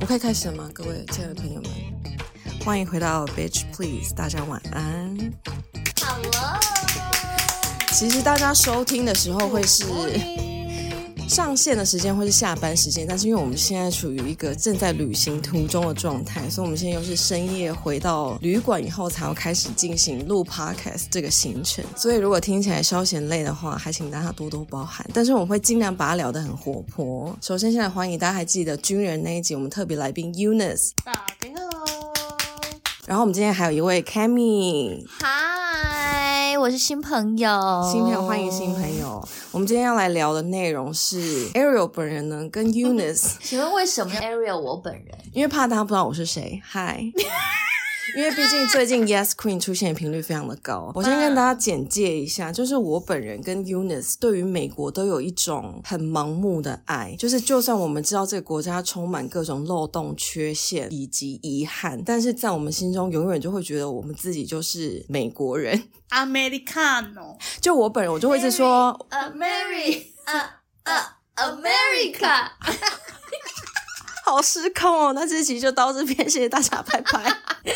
我可以开始了吗？各位亲爱的朋友们，欢迎回到 Bitch Please，大家晚安。其实大家收听的时候会是上线的时间，会是下班时间，但是因为我们现在处于一个正在旅行途中的状态，所以我们现在又是深夜回到旅馆以后才要开始进行录 podcast 这个行程，所以如果听起来稍显累的话，还请大家多多包涵。但是我们会尽量把它聊得很活泼。首先，现在欢迎大家还记得军人那一集，我们特别来宾 Eunice，大家好，然后我们今天还有一位 Cammy，嗨，我是新朋友，新朋友，欢迎新朋。友。我们今天要来聊的内容是 Ariel 本人呢跟 Eunice，请问为什么 Ariel 我本人？因为怕大家不知道我是谁，嗨。因为毕竟最近 Yes Queen 出现的频率非常的高，我先跟大家简介一下，就是我本人跟 Eunice 对于美国都有一种很盲目的爱，就是就算我们知道这个国家充满各种漏洞、缺陷以及遗憾，但是在我们心中永远就会觉得我们自己就是美国人。 Americano，就我本人，我就会一直说 a Mary，呃呃，America，好失控哦！那这期就到这边，谢谢大家，拜拜。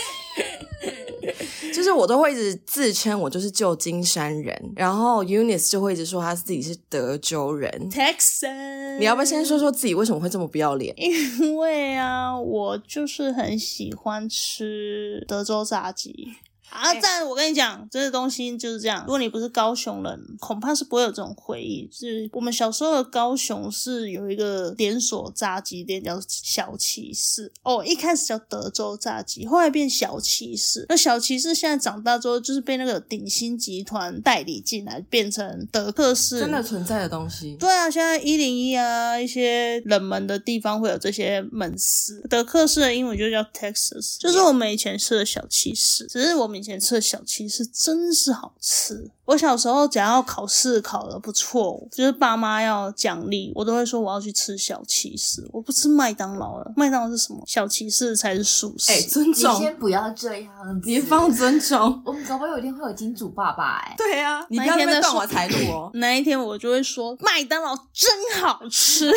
就是我都会一直自称我就是旧金山人，然后 Eunice 就会一直说他自己是德州人。 Texan，你要不要先说说自己为什么会这么不要脸？因为啊，我就是很喜欢吃德州炸鸡。啊！哎但我跟你讲，这个东西就是这样。如果你不是高雄人，恐怕是不会有这种回忆。就是我们小时候的高雄是有一个连锁炸鸡店叫小骑士，哦，一开始叫德州炸鸡，后来变小骑士。那小骑士现在长大之后，就是被那个鼎鑫集团代理进来，变成德克士。真的存在的东西，对啊，现在一零一啊，一些冷门的地方会有这些门市。德克士的英文就叫 Texas，就是我们以前吃的小骑士。只是我们以前吃的小骑士真是好吃。我小时候只要考试考得不错，就是爸妈要奖励，我都会说我要去吃小骑士，我不吃麦当劳了。麦当劳是什么？小骑士才是素食。哎、尊你重，先不要这样子，你放尊重。我们搞不好有一天会有金主爸爸哎、对啊，你不那要天在那边在断说我财路哦。那一天我就会说麦当劳真好 吃。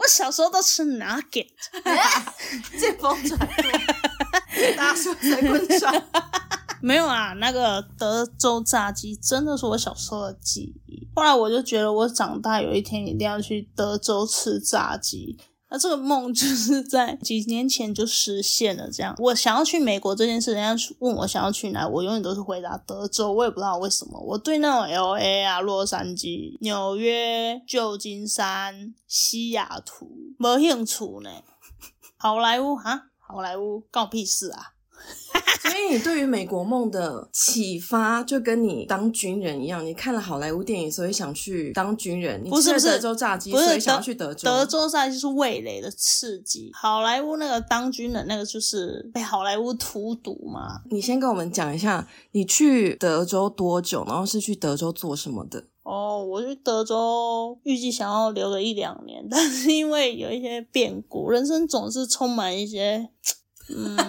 我小时候都吃 nugget，见风转舵， 大家说神棍转。没有啊，那个德州炸鸡真的是我小时候的记忆。后来我就觉得，我长大有一天一定要去德州吃炸鸡。那这个梦就是在几年前就实现了。这样，我想要去美国这件事，人家问我想要去哪，我永远都是回答德州。我也不知道为什么，我对那种 L A 啊、洛杉矶、纽约、旧金山、西雅图没兴趣呢。好莱坞哈，好莱坞干我屁事啊！ 所以你对于美国梦的启发，就跟你当军人一样，你看了好莱坞电影，所以想去当军人；你不是吃了不是德州炸鸡，不是所以想要去德州。德州炸鸡是味蕾的刺激，好莱坞那个当军人那个就是被好莱坞荼毒嘛。你先跟我们讲一下，你去德州多久，然后是去德州做什么的？哦，我去德州预计想要留个一两年， 但是因为有一些变故，人生总是充满一些，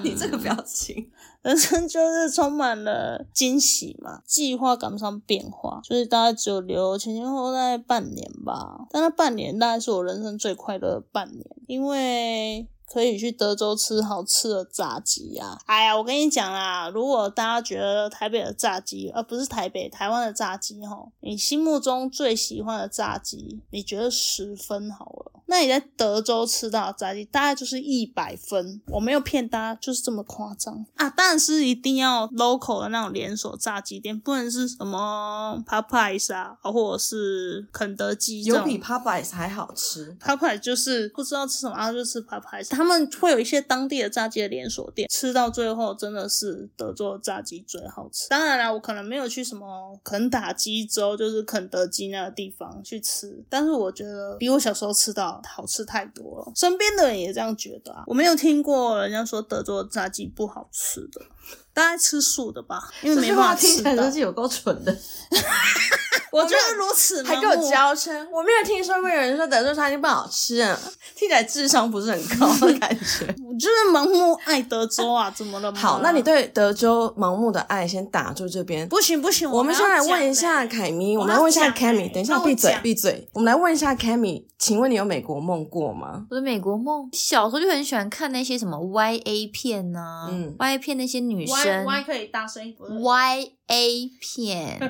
你这个表情，人生就是 充满了惊喜嘛。计划赶不上变化，所以大概只有留前前后后大概半年吧。但那半年大概是我人生最快乐的半年，因为可以去德州吃好吃的炸鸡啊！哎呀，我跟你讲啦，如果大家觉得台北的炸鸡，而、不是台北台湾的炸鸡吼，你心目中最喜欢的炸鸡，你觉得十分好了。那你在德州吃到的炸鸡大概就是一百分，我没有骗大家，就是这么夸张啊！当然是一定要 local 的那种连锁炸鸡店，不能是什么 Popeyes 啊，或者是肯德基这有种。比 Popeyes 还好吃。 p 派就是不知道吃什么，然后就吃 p 派。他们会有一些当地的炸鸡的连锁店，吃到最后真的是德州的炸鸡最好吃。当然啦，我可能没有去什么肯塔基州，就是肯德基那个地方去吃，但是我觉得比我小时候吃到好吃太多了。身边的人也这样觉得啊，我没有听过人家说德州的炸鸡不好吃的。大家吃素的吧，因为这没句办法话听吃起来到真。是有够蠢 的，我觉得如此还盲给我目娇嗔。我没有听说过有人说德州茶已经不好 吃啊，听起来智商不是很高的感觉。我就是盲目爱德州啊，怎么了嘛？ 好，那你对德州盲目的爱先打住这边。不行不哦行，我们还先要来讲问一下嘞凯咪，我我还们要来问一下讲 k a m 欸 i 等一下，让我闭嘴讲，闭嘴。我们来问一下 k a m i 请问你有美国梦过吗？我的美国梦，小时候就很喜欢看那些什么 YA 片呐、嗯 y a 片那些女歪生啊歪可以大声一点。 YA 片。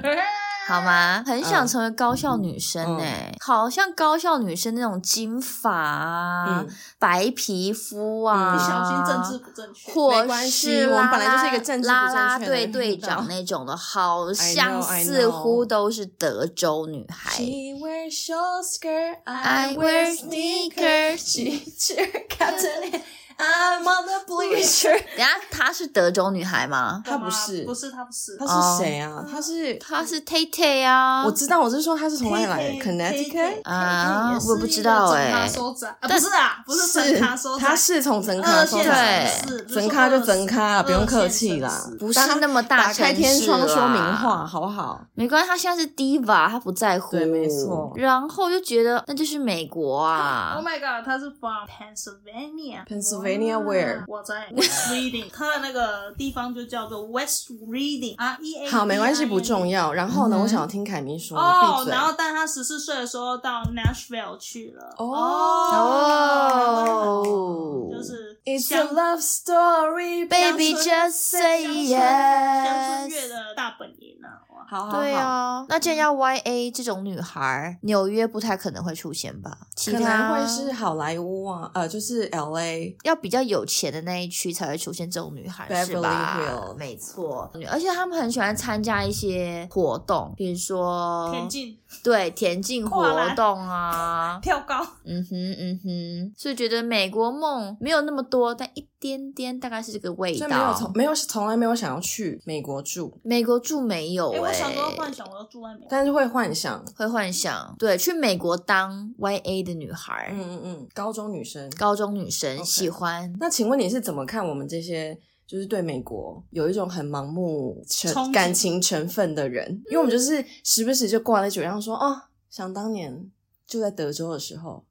好吗？很想成为高校女生嗯哎、好像高校女生那种金发啊、嗯白皮肤啊，你小心政治不正确。没或关系是我啦们啦本来就是一个政治不正确的啦啦队频道队长那种的，好像 I know, I 似 know 乎都是德州女孩。 She wears short skirt, I wear sneakers. She cheer captain. and I'm on the bleacher. 等下，她是德州女孩吗？他不是不是，他不是。他是谁哦啊？他是她是 Tay Tay 啊，我知道，我是说他是从哪里来的？Connecticut 啊我不知道欸哎。收窄啊，不是啊，不是整卡收窄，他是从整卡二说线的来城市，不是整咖就二整咖了，二不用客线气城啦市。不是那么大打开城天市啊窗说啦明话，好不好？没关系，她现在是 diva，她不在乎。对没错然后就觉得那就是美国啊 Oh，my god，他是 from Pennsylvania。 Pennsylvania 哇 where？我在 West Reading，他的那个地方就叫做 West Reading 啊，E A。好，没关系，不重要。要。然后呢，嗯哼我想要听凯明说，哦闭，嘴然。后但他十四岁的时候到 Nashville 去了。哦哦哦就是乡 It's a love story, ，Baby 乡村 just 乡 say 村乡村乐 yes。的大本营啊，哇好好好，对啊，那既然要 YA 这种女孩，纽约不太可能会出现吧？其可能他会是好莱坞啊，呃，就是 L A。要比较有钱的那一区才会出现这种女孩 Beverly 是吧 Hills？没错，而且他们很喜欢参加一些活动，比如说田径对田径跨活栏动啊，跳高，嗯哼嗯哼，所以觉得美国梦没有那么多，但一点点大概是这个味所以没有道从。没有从来没有想要去美国住，美国住没有哦哎、哎、我小时候幻想我要住外面，但是会幻想，会幻想对去美国当 YA 的女孩，嗯嗯嗯，高中女生。高中女生 OK 喜欢那请问你是怎么看我们这些就是对美国有一种很盲目憧成憬感情成分的人？因为我们就是时不时就挂在嘴上说，哦，想当年住在德州的时候。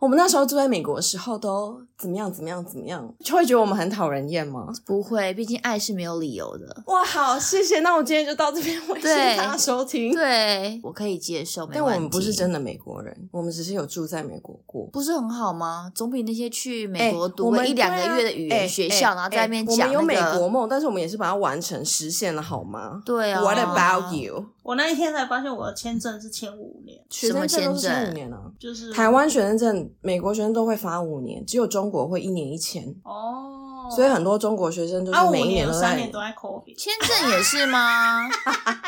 我们那时候住在美国的时候都怎么样怎么样怎么样，就会觉得我们很讨人厌吗？不会，毕竟爱是没有理由的。哇，好，谢谢，那我今天就到这边为止，对大家收听。对，我可以接受，没但我问题。们不是真的美国人，我们只是有住在美国过。不是很好吗？总比那些去哎美国我读们啊了一两个月的语言学校，哎哎然后在那边哎讲、那个我们有美国梦，但是我们也是把它完成实现了，好吗、对啊。 w h a t about you？我那一天才发现我的签证是签五年，学什么生证都是签证嗯签五年啊，就是台湾学生证、美国学生都会发五年，只有中国会一年一签，哦，所以很多中国学生就啊是五每一年有都三在。年都在 COVID，签证也是吗？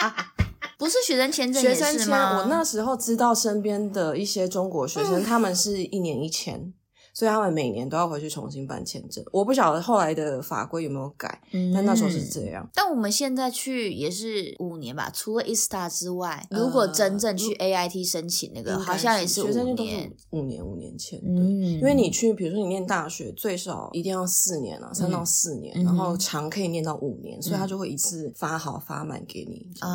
不是学生签证学也生是签，吗？嗯我那时候知道身边的一些中国学生，他们是一年一签，所以他们每年都要回去重新办签证。我不晓得后来的法规有没有改，但那时候是这嗯样。但我们现在去也是五年吧，除了 ISTA 之外，呃如果真正去 AIT 申请那个，应该好像也是学生五就都年是。五年五年前，对。嗯，因为你去，比如说你念大学，最少一定要四年啊，三到四年，嗯然哼嗯后长可以念到五年，所以他就会一次发好发满给你。啊，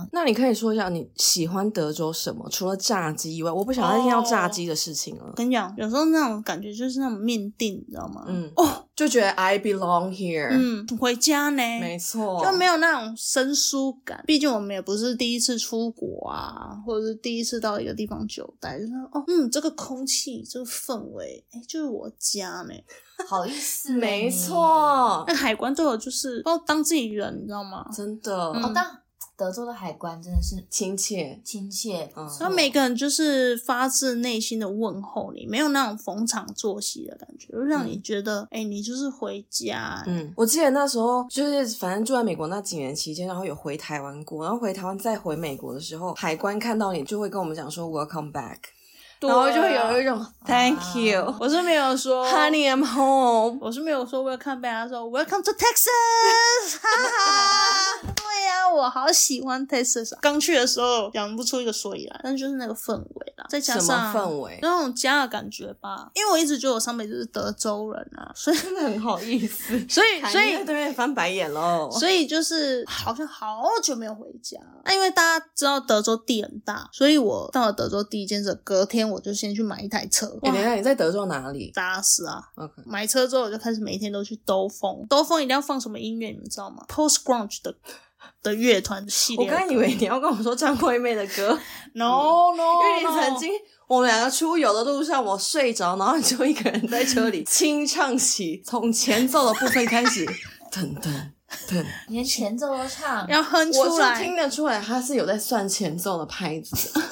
啊，那你可以说一下你喜欢德州什么？除了炸鸡以外，我不想再听到炸鸡的事情了我。跟你讲，有时候那种感觉就是那种命定，你知道吗？嗯，哦，就觉得 I belong here。，嗯，回家呢，没错，就没有那种生疏感。毕竟我们也不是第一次出国啊，或者是第一次到一个地方久待，就是哦，嗯，这个空气，这个氛围，哎、就是我家呢。好意思没。错，那海关对我就是把我当自己人，你知道吗？真的、嗯但德州的海关真的是亲切。亲切嗯然后每个人就是发自内心的问候你，没有那种逢场作戏的感觉，就让你觉得，哎、你就是回家。嗯，我记得那时候就是，反正住在美国那几年期间，然后有回台湾过，然后回台湾再回美国的时候，海关看到你就会跟我们讲说 Welcome back，对然啊后就会有一种啊 Thank you，我是没有说 Honey I'm home。我是没有说 welcome back，他说 welcome to Texas，哈哈，对呀、我好喜欢 Texas 啊。刚去的时候讲不出一个所以然，但就是那个氛围啦，再加什上么氛围？那种家的感觉吧。因为我一直觉得我上辈子是德州人啊，所以 真的很好意 思， 所以所以对面翻白眼喽。所以就是好像好久没有回家。那因为大家知道德州地很大，所以我到了德州第一件事，隔天我就先去买一台车。哎、等一下，你在德州哪里扎实啊！ ？OK，买车之后，我就开始每一天都去兜风。兜风一定要放什么音乐，你们知道吗？Post grunge 的的乐团系我列。刚才以为嗯你要跟我说张惠妹的歌， No No，哦因为你曾经我们两个出游的路上，我睡着，然后你就一个人在车 里清唱起，从前奏的部分开始，噔噔噔，连前奏都唱，要哼我出是听来。得出来他是有在算前奏的拍子 的。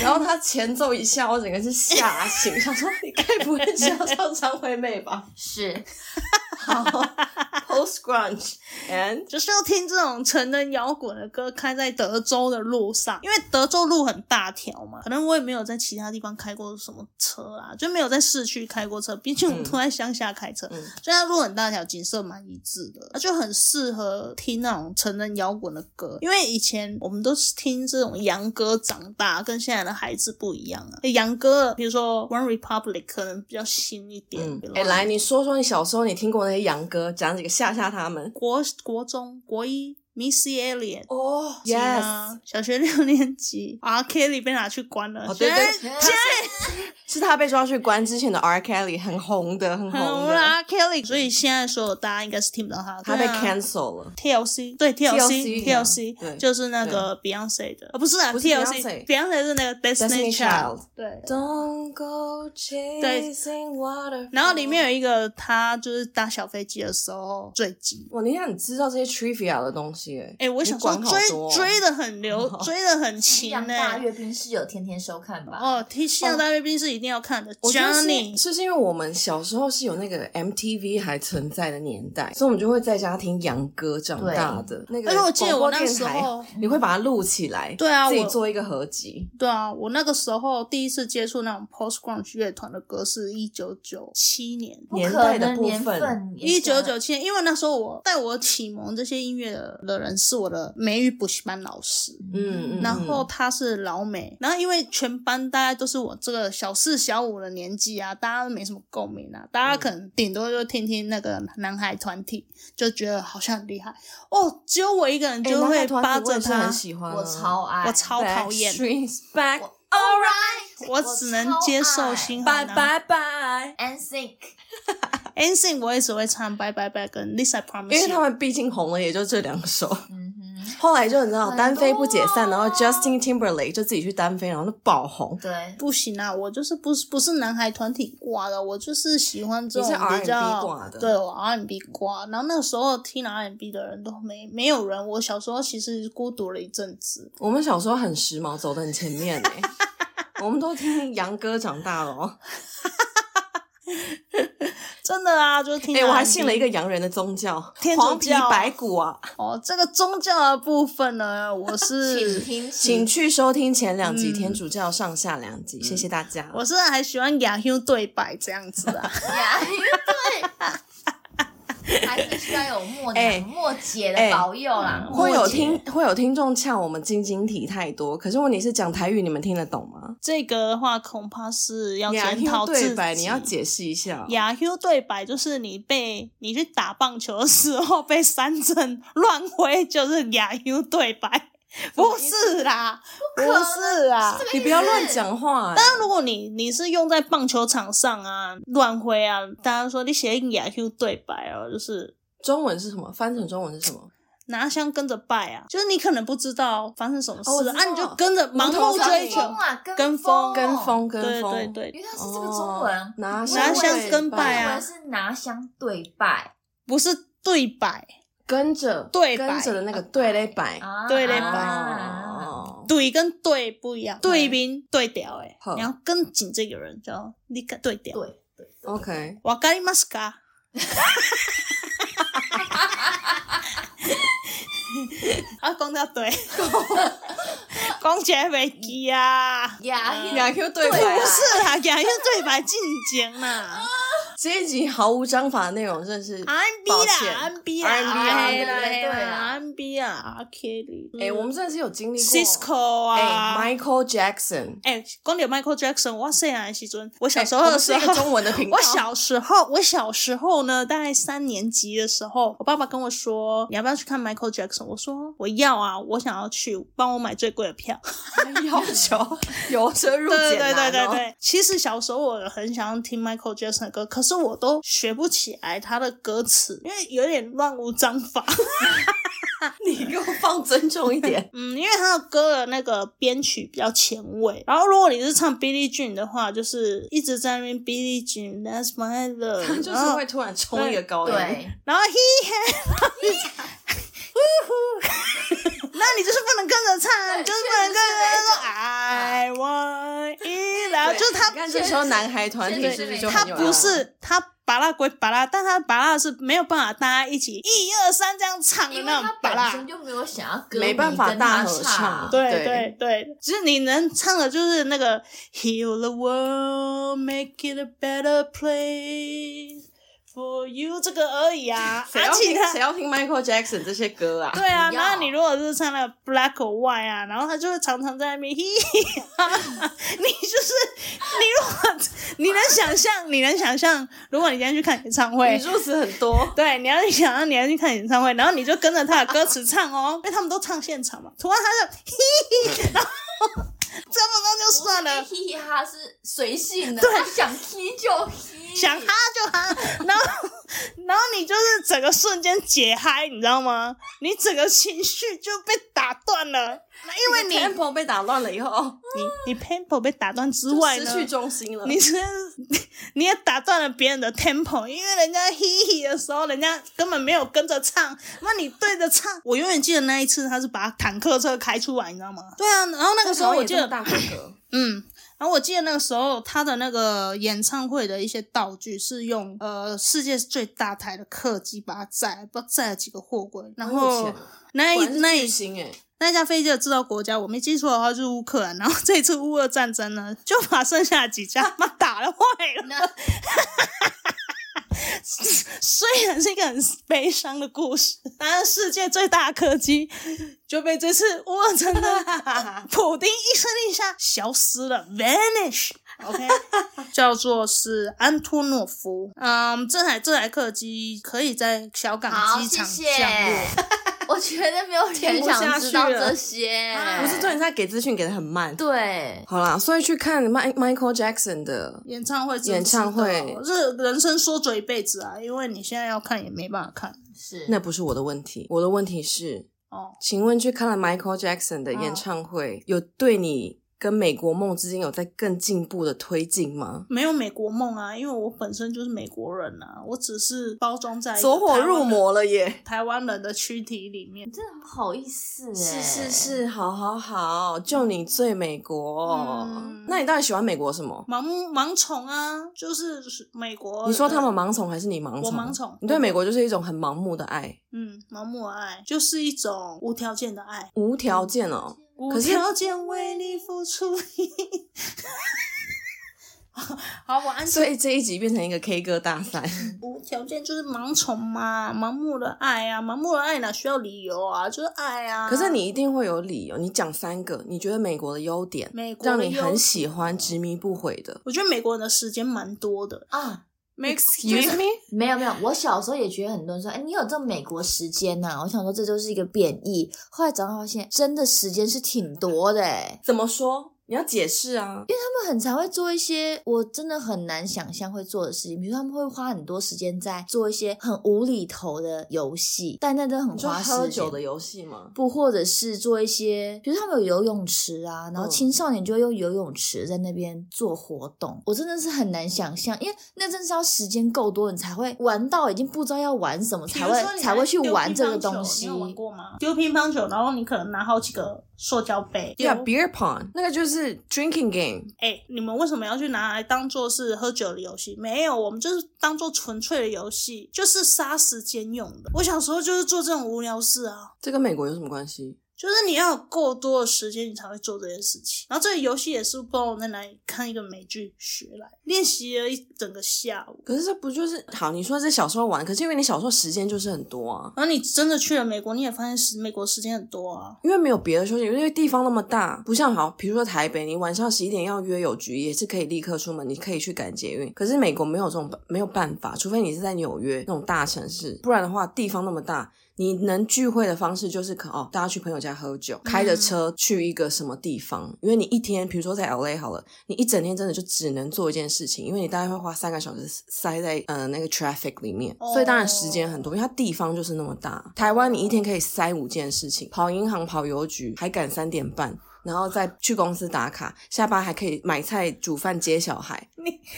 然后他前奏一下，我整个是吓醒，想说你该不会是要唱张惠妹吧 是？Post grunge and 就是要听这种成人摇滚的歌，开在德州的路上，因为德州路很大条嘛。可能我也没有在其他地方开过什么车啦，就没有在市区开过车，毕竟我嗯们都在乡下开车，嗯所以它路很大条，景色蛮一致的，那就很适合听那种成人摇滚的歌。因为以前我们都是听这种洋歌长大，跟现在的孩子不一样啊。洋歌，比如说 One Republic 可能比较新一点，嗯比，如哎、来，你说说你小时候你听过那些洋歌，讲几个吓吓他们。国国中国一 Missy Elliott。哦级呢小学六年级，R Kelly 被拿去关了，哦，所对以对，他是他被抓去关之前的 R. Kelly 很红的，很很红红的，了 R Kelly，所以现在所有大家应该是听不到他的歌，他被对啊 cancel 了。 TLC 对 TLC TLC 对哦 TLC 就是那个 Beyonce 的，啊不是啊不是 Beyonce TLC Beyonce 是那个 Destiny Child Destiny Child 对。 Don't go chasing water。然后里面有一个他就是搭小飞机的时候坠机，哇，你看你知道这些 trivia 的东西哎、哎，我你想说管好追多哦追的 很流，追的很西勤洋呢。大阅兵是有天天收看吧？哦，听《西洋大阅兵》是一定要看的。我觉得是 Johnny 是不是因为我们小时候是有那个 MTV 还存在的年代，所以我们就会在家听洋歌长大的。那个而且我记得广我播电那时台候你会把它录起来，对啊自己我做一个合集。对啊，我那个时候第一次接触那种 post grunge 乐团的歌是一九九七年，不年可代的能部年分份也一是九啊九七年，因为那时候我带我启蒙这些音乐的人是我的美语补习班老师，嗯，嗯然后嗯他是老美，然后因为全班大家都是我这个小四小五的年纪啊，大家都没什么共鸣啊，嗯大家可能顶多就听听那个男孩团体，就觉得好像很厉害哦，只有我一个人哎就男孩会团扒体我着也是他很，喜欢啊、我超爱，我超讨厌。 Backstreet's Back，我只能接受啊新拜海拜拜。 and think n s y n 我也只会唱《Bye Bye Bye》跟《This I Promise You》，因为他们毕竟红了，也就这两首。 嗯哼，后来就你知道很多啊单飞不解散，然后啊 Justin Timberlake 就自己去单飞，然后就爆红。对，不行啊，我就是不是不是男孩团体挂的，我就是喜欢这种你是 R&B 比较挂的对，我 R&B 挂。然后那个时候听 R&B 的人都没没有人，我小时候其实孤独了一阵子。我们小时候很时髦，走得很前面哎、 我们都听杨哥长大了哦。真的啊，就是听哎、 R&B。我还信了一个洋人的宗教，天主黄皮教啊白骨啊。哦，这个宗教的部分呢，我请是听，请去收听前两集《嗯天主教上下两集》，谢谢大家。我是还喜欢雅 Q 对白这样子 啊。呀，对，还是需要有莫哎莫姐哎的保佑啦，会有莫姐听会有听众呛我们晶晶体太多，可是问题是讲台语你们听得懂吗？这个的话，恐怕是要雅检听讨自己。对白你要解释一下。亚 Q 对白就是你被你去打棒球的时候被三振乱挥，就是亚 Q 对白，不是啦，不是啦。啊你不要乱讲话、欸但如果你你是用在棒球场上啊，乱挥啊，大家说你写亚 Q 对白哦，就是中文是什么？翻成中文是什么？拿香跟着拜啊，就是你可能不知道发生什么哦我事知了、道啊，你就跟着盲目追无头苍求蝇，啊，跟风风跟，风，跟对风，对对，原来是这个中文哦，拿我以香为对跟拜我以啊为是拿香对拜不是对白，跟着对白跟着的那个对嘞摆，啊，对嘞啊，哦，对跟对不一样，对对面对调哎好，你要跟紧这个人，叫你跟对调。对对， OK，わかりますか？ 啊，讲到对，讲起来袂记啊。呀，雅 Q 对不白啊，是啦，亚运对白进前啦，这一集毫无章法的内容，真的是 R&B 抱啦歉，R&B 啦 R&B 啊对对啦啦对啦，R&B 啊，R Kelly，哎、我们真的是有经历过 Cisco 哎、啊 m i c h a e l Jackson，哎，光点 Michael Jackson，哇塞啊，西尊，我小哎时候我的们是时一候，个中文的频道，我小时候，我小时候呢，大概三年级的时候，我爸爸跟我说，你要不要去看 Michael Jackson？我说我要啊，我想要去，帮我买最贵的票。 要 求由奢入对俭对难、哦，对对对，其实小时候我很想要听 Michael Jackson 的歌，可是我都学不起来他的歌词，因为有点乱无章法。。你给我放尊重一点 嗯，因为他的歌的那个编曲比较前卫，然后如果你是唱 Billie Jean 的话，就是一直在那边 Billie Jean，That's my love，他 就是然后会突然冲一个高音， 对，然后 he had，那你就是不能跟着唱，你就是不能跟着说 I want it，然后对就是你他看这时候男孩团体对是不是就他很有啊不是他拔蜡归拔蜡，但他拔蜡是没有办法大家一起一二三这样唱的因为那种他拔本蜡身。就没有想要歌迷没办法跟他大合唱啊对对对对，只是你能唱的就是那个 Heal the world, make it a better place for you 这个而已啊，谁而要且听他谁要听 Michael Jackson 这些歌啊？ 对啊，不要那你如果是唱那个 black or white 啊，然后他就会常常在那边，嘿 嘿哈哈你就是你如果你能想象，你能想象，如果你今天去看演唱会语，助词很 多，对，你要去想象你要去看演唱会，然后你就跟着他的歌词唱哦， 因为他们都唱现场嘛，突然他就嘿 嘿，然后这么多就算了，嘻嘻哈是随性的，对他想踢就踢，想哈 就哈，然后然后你就是整个瞬间解嗨，你知道吗？你整个情绪就被打断了。因为你 tempo 被打乱了以后，哦你你 tempo 被打断之外失呢，去中心了。你是 你也打断了别人的 tempo，因为人家嘿嘿的时候，人家根本没有跟着唱，那你对着唱。我永远记得那一次，他是把坦克车开出来，你知道吗？对啊，然后那个时候我记得，大哥 哥，嗯。然后我记得那个时候，他的那个演唱会的一些道具是用呃世界最大台的客机把它载，不知道载了几个货柜。然好有后钱那一果然是那巨一星哎，那架飞机的制造国家，我没记错的话就是乌克兰。然后这次乌俄战争呢，就把剩下的几架妈打了坏了。那虽然是一个很悲伤的故事，但是世界最大的客机就被这次乌俄战争， 普丁一声令下消失了，vanish。OK，叫做是安托诺夫。嗯，这台这台客机可以在小港好，机谢场谢降落。。我觉得没有听人不下想知道去了这些，不是重点，他给资讯给的很慢。对，好啦，所以去看 Mi- Michael Jackson 的，演唱会真演唱会是的这人生说嘴一辈子啊，因为你现在要看也没办法看是那不是我的问题，我的问题是，哦。请问去看了 Michael Jackson 嗯的演唱会，有对你跟美国梦之间有在更进步的推进吗？没有美国梦啊，因为我本身就是美国人啊，我只是包装在一个走火入台湾人魔了耶！台湾人的躯体里面。真的很不好意思哎，是是是，好好好，就你最美国。嗯那你到底喜欢美国什么？盲盲从啊，就是美国。你说他们？盲从还是你盲从？我盲从你对美国就是一种很盲目的爱，嗯，盲目爱就是一种无条件的爱，无条件哦。无可是条件为你付出。 好，我安静所以这一集变成一个 K 歌大赛。无条件就是盲从嘛，盲目的爱啊，盲目的爱哪需要理由啊？就是爱 啊。可是你一定会有理哦由，你讲三个你觉得美国的优点，美国的让你优很点喜欢、执迷不悔的。我觉得美国人的时间蛮多的。啊，美 Excuse me，没有没有，我小时候也觉得很多人说，哎，你有这美国时间呐、我想说这就是一个贬义，后来长大发现，真的时间是挺多的哎。怎么说？你要解释啊！他们很常会做一些我真的很难想象会做的事情，比如他们会花很多时间在做一些很无厘头的游戏，但那真的很你说花时间。喝酒的游戏吗？不，或者是做一些，比如他们有游泳池啊，然后嗯青少年就会用游泳池在那边做活动，我真的是很难想象，因为那真是要时间够多，你才会玩到已经不知道要玩什么，才会才会去玩这个东西你。有玩过吗？丢乒乓球，然后你可能拿好几个塑胶杯。对啊，beer pong 那个就是 drinking game，哎、你们为什么要去拿来当做是喝酒的游戏？没有，我们就是当做纯粹的游戏，就是杀时间用的。我小时候就是做这种无聊事啊，这跟美国有什么关系？就是你要有够多的时间，你才会做这件事情。然后这个游戏也是不知道我在哪里看一个美剧学来，练习了一整个下午。可是这不就是好？你说这小时候玩，可是因为你小时候时间就是很多啊，然后你真的去了美国，你也发现时美国时间很多啊。因为没有别的休息，因为地方那么大，不像好，比如说台北，你晚上十一点要约有局，也是可以立刻出门，你可以去赶捷运。可是美国没有这种没有办法，除非你是在纽约那种大城市，不然的话地方那么大。你能聚会的方式就是可哦，大家去朋友家喝酒，开着车去一个什么地方，因为你一天，比如说在 L A 好了，你一整天真的就只能做一件事情，因为你大概会花三个小时塞在呃那个 traffic 里面，哦所以当然时间很多，因为它地方就是那么大。台湾你一天可以塞五件事情，跑银行、跑邮局，还赶三点半。然后再去公司打卡，下班还可以买菜、煮饭、接小孩，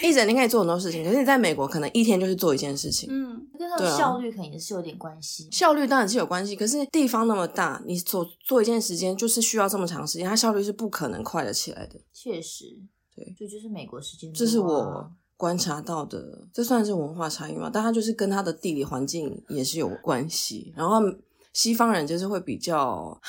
一整天可以做很多事情。可是你在美国，可能一天就是做一件事情，嗯，跟它对啊的效率肯定是有点关系。效率当然是有关系，可是地方那么大，你所做一件时间就是需要这么长时间，它效率是不可能快得起来的。确实，对，这就是美国时间。这是啊我观察到的，这算是文化差异嘛？但它就是跟它的地理环境也是有关系。然后西方人就是会比较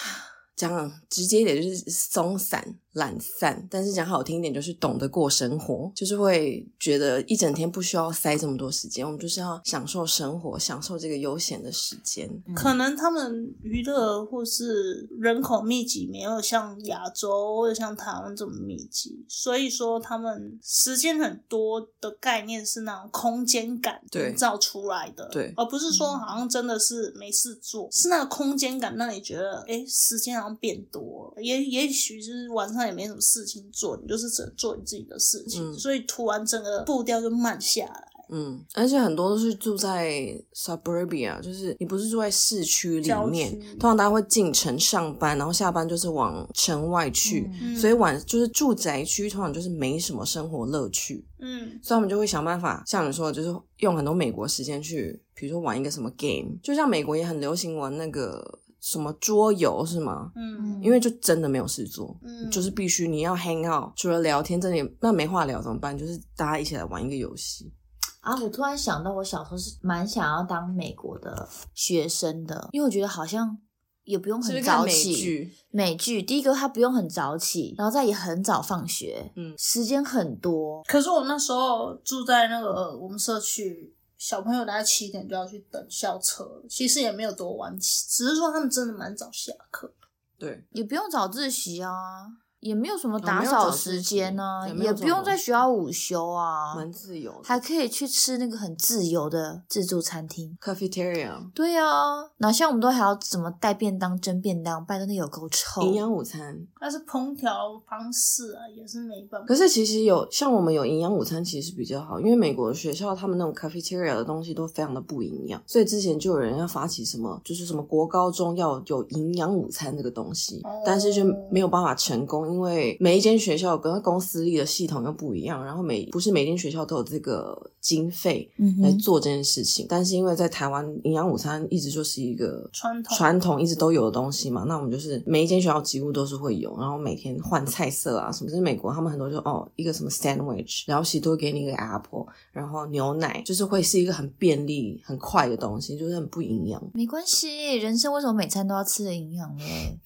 讲直接一点就是松散、懒散，但是讲好听一点就是懂得过生活，就是会觉得一整天不需要塞这么多时间，我们就是要享受生活，享受这个悠闲的时间。嗯可能他们娱乐或是人口密集没有像亚洲或者像台湾这么密集，所以说他们时间很多的概念是那种空间感对营造出来的，对嗯而不是说好像真的是没事做，是那个空间感让你觉得，哎、时间好像变多了，也也许就是晚上也没什么事情做，你就是只能做你自己的事情，嗯所以突然整个步调就慢下来。嗯，而且很多都是住在 suburbia，就是你不是住在市区里郊面区，通常大家会进城上班，然后下班就是往城外去，嗯所以晚就是住宅区通常就是没什么生活乐趣，嗯，所以他们就会想办法，像你说的，就是用很多美国时间去，比如说玩一个什么 game，就像美国也很流行玩那个什么桌游是吗？嗯，因为就真的没有事做，嗯就是必须你要 hang out，除了聊天，真的也那没话聊怎么办？就是大家一起来玩一个游戏。啊，我突然想到，我小时候是蛮想要当美国的学生的，因为我觉得好像也不用是不很是看早美起。剧？美剧第一个，它不用很早起，然后再也很早放学，嗯时间很多。可是我那时候住在那个我们社区，小朋友大概七点就要去等校车，其实也没有多晚起，只是说他们真的蛮早下课。对，也不用早自习啊，也没有什么哦没打有扫早时自习间啊，也没有也这不种用东在西学校午休啊，蛮自由的。还可以去吃那个很自由的自助餐厅。 cafeteria 对啊，哪像我们都还要怎么带便当、蒸便当，拜托那有够臭。营养午餐，但是烹调方式啊，也是没办法。可是其实有像我们有营养午餐，其实比较好，因为美国的学校他们那种 cafeteria 的东西都非常的不营养，所以之前就有人要发起什么，就是什么国高中要有营养午餐这个东西哦，但是就没有办法成功，因为每一间学校跟公私立的系统又不一样，然后每不是每间学校都有这个经费嗯来哼，做这件事情，但是因为在台湾营养午餐一直就是一个传统传统一直都有的东西嘛，那我们就是每一间学校几乎都是会有，然后每天换菜色啊什么。就是美国他们很多就哦一个什么 sandwich，然后其实都会给你一个 apple，然后牛奶，就是会是一个很便利、很快的东西，就是很不营养。没关系，人生为什么每餐都要吃的营养嘞？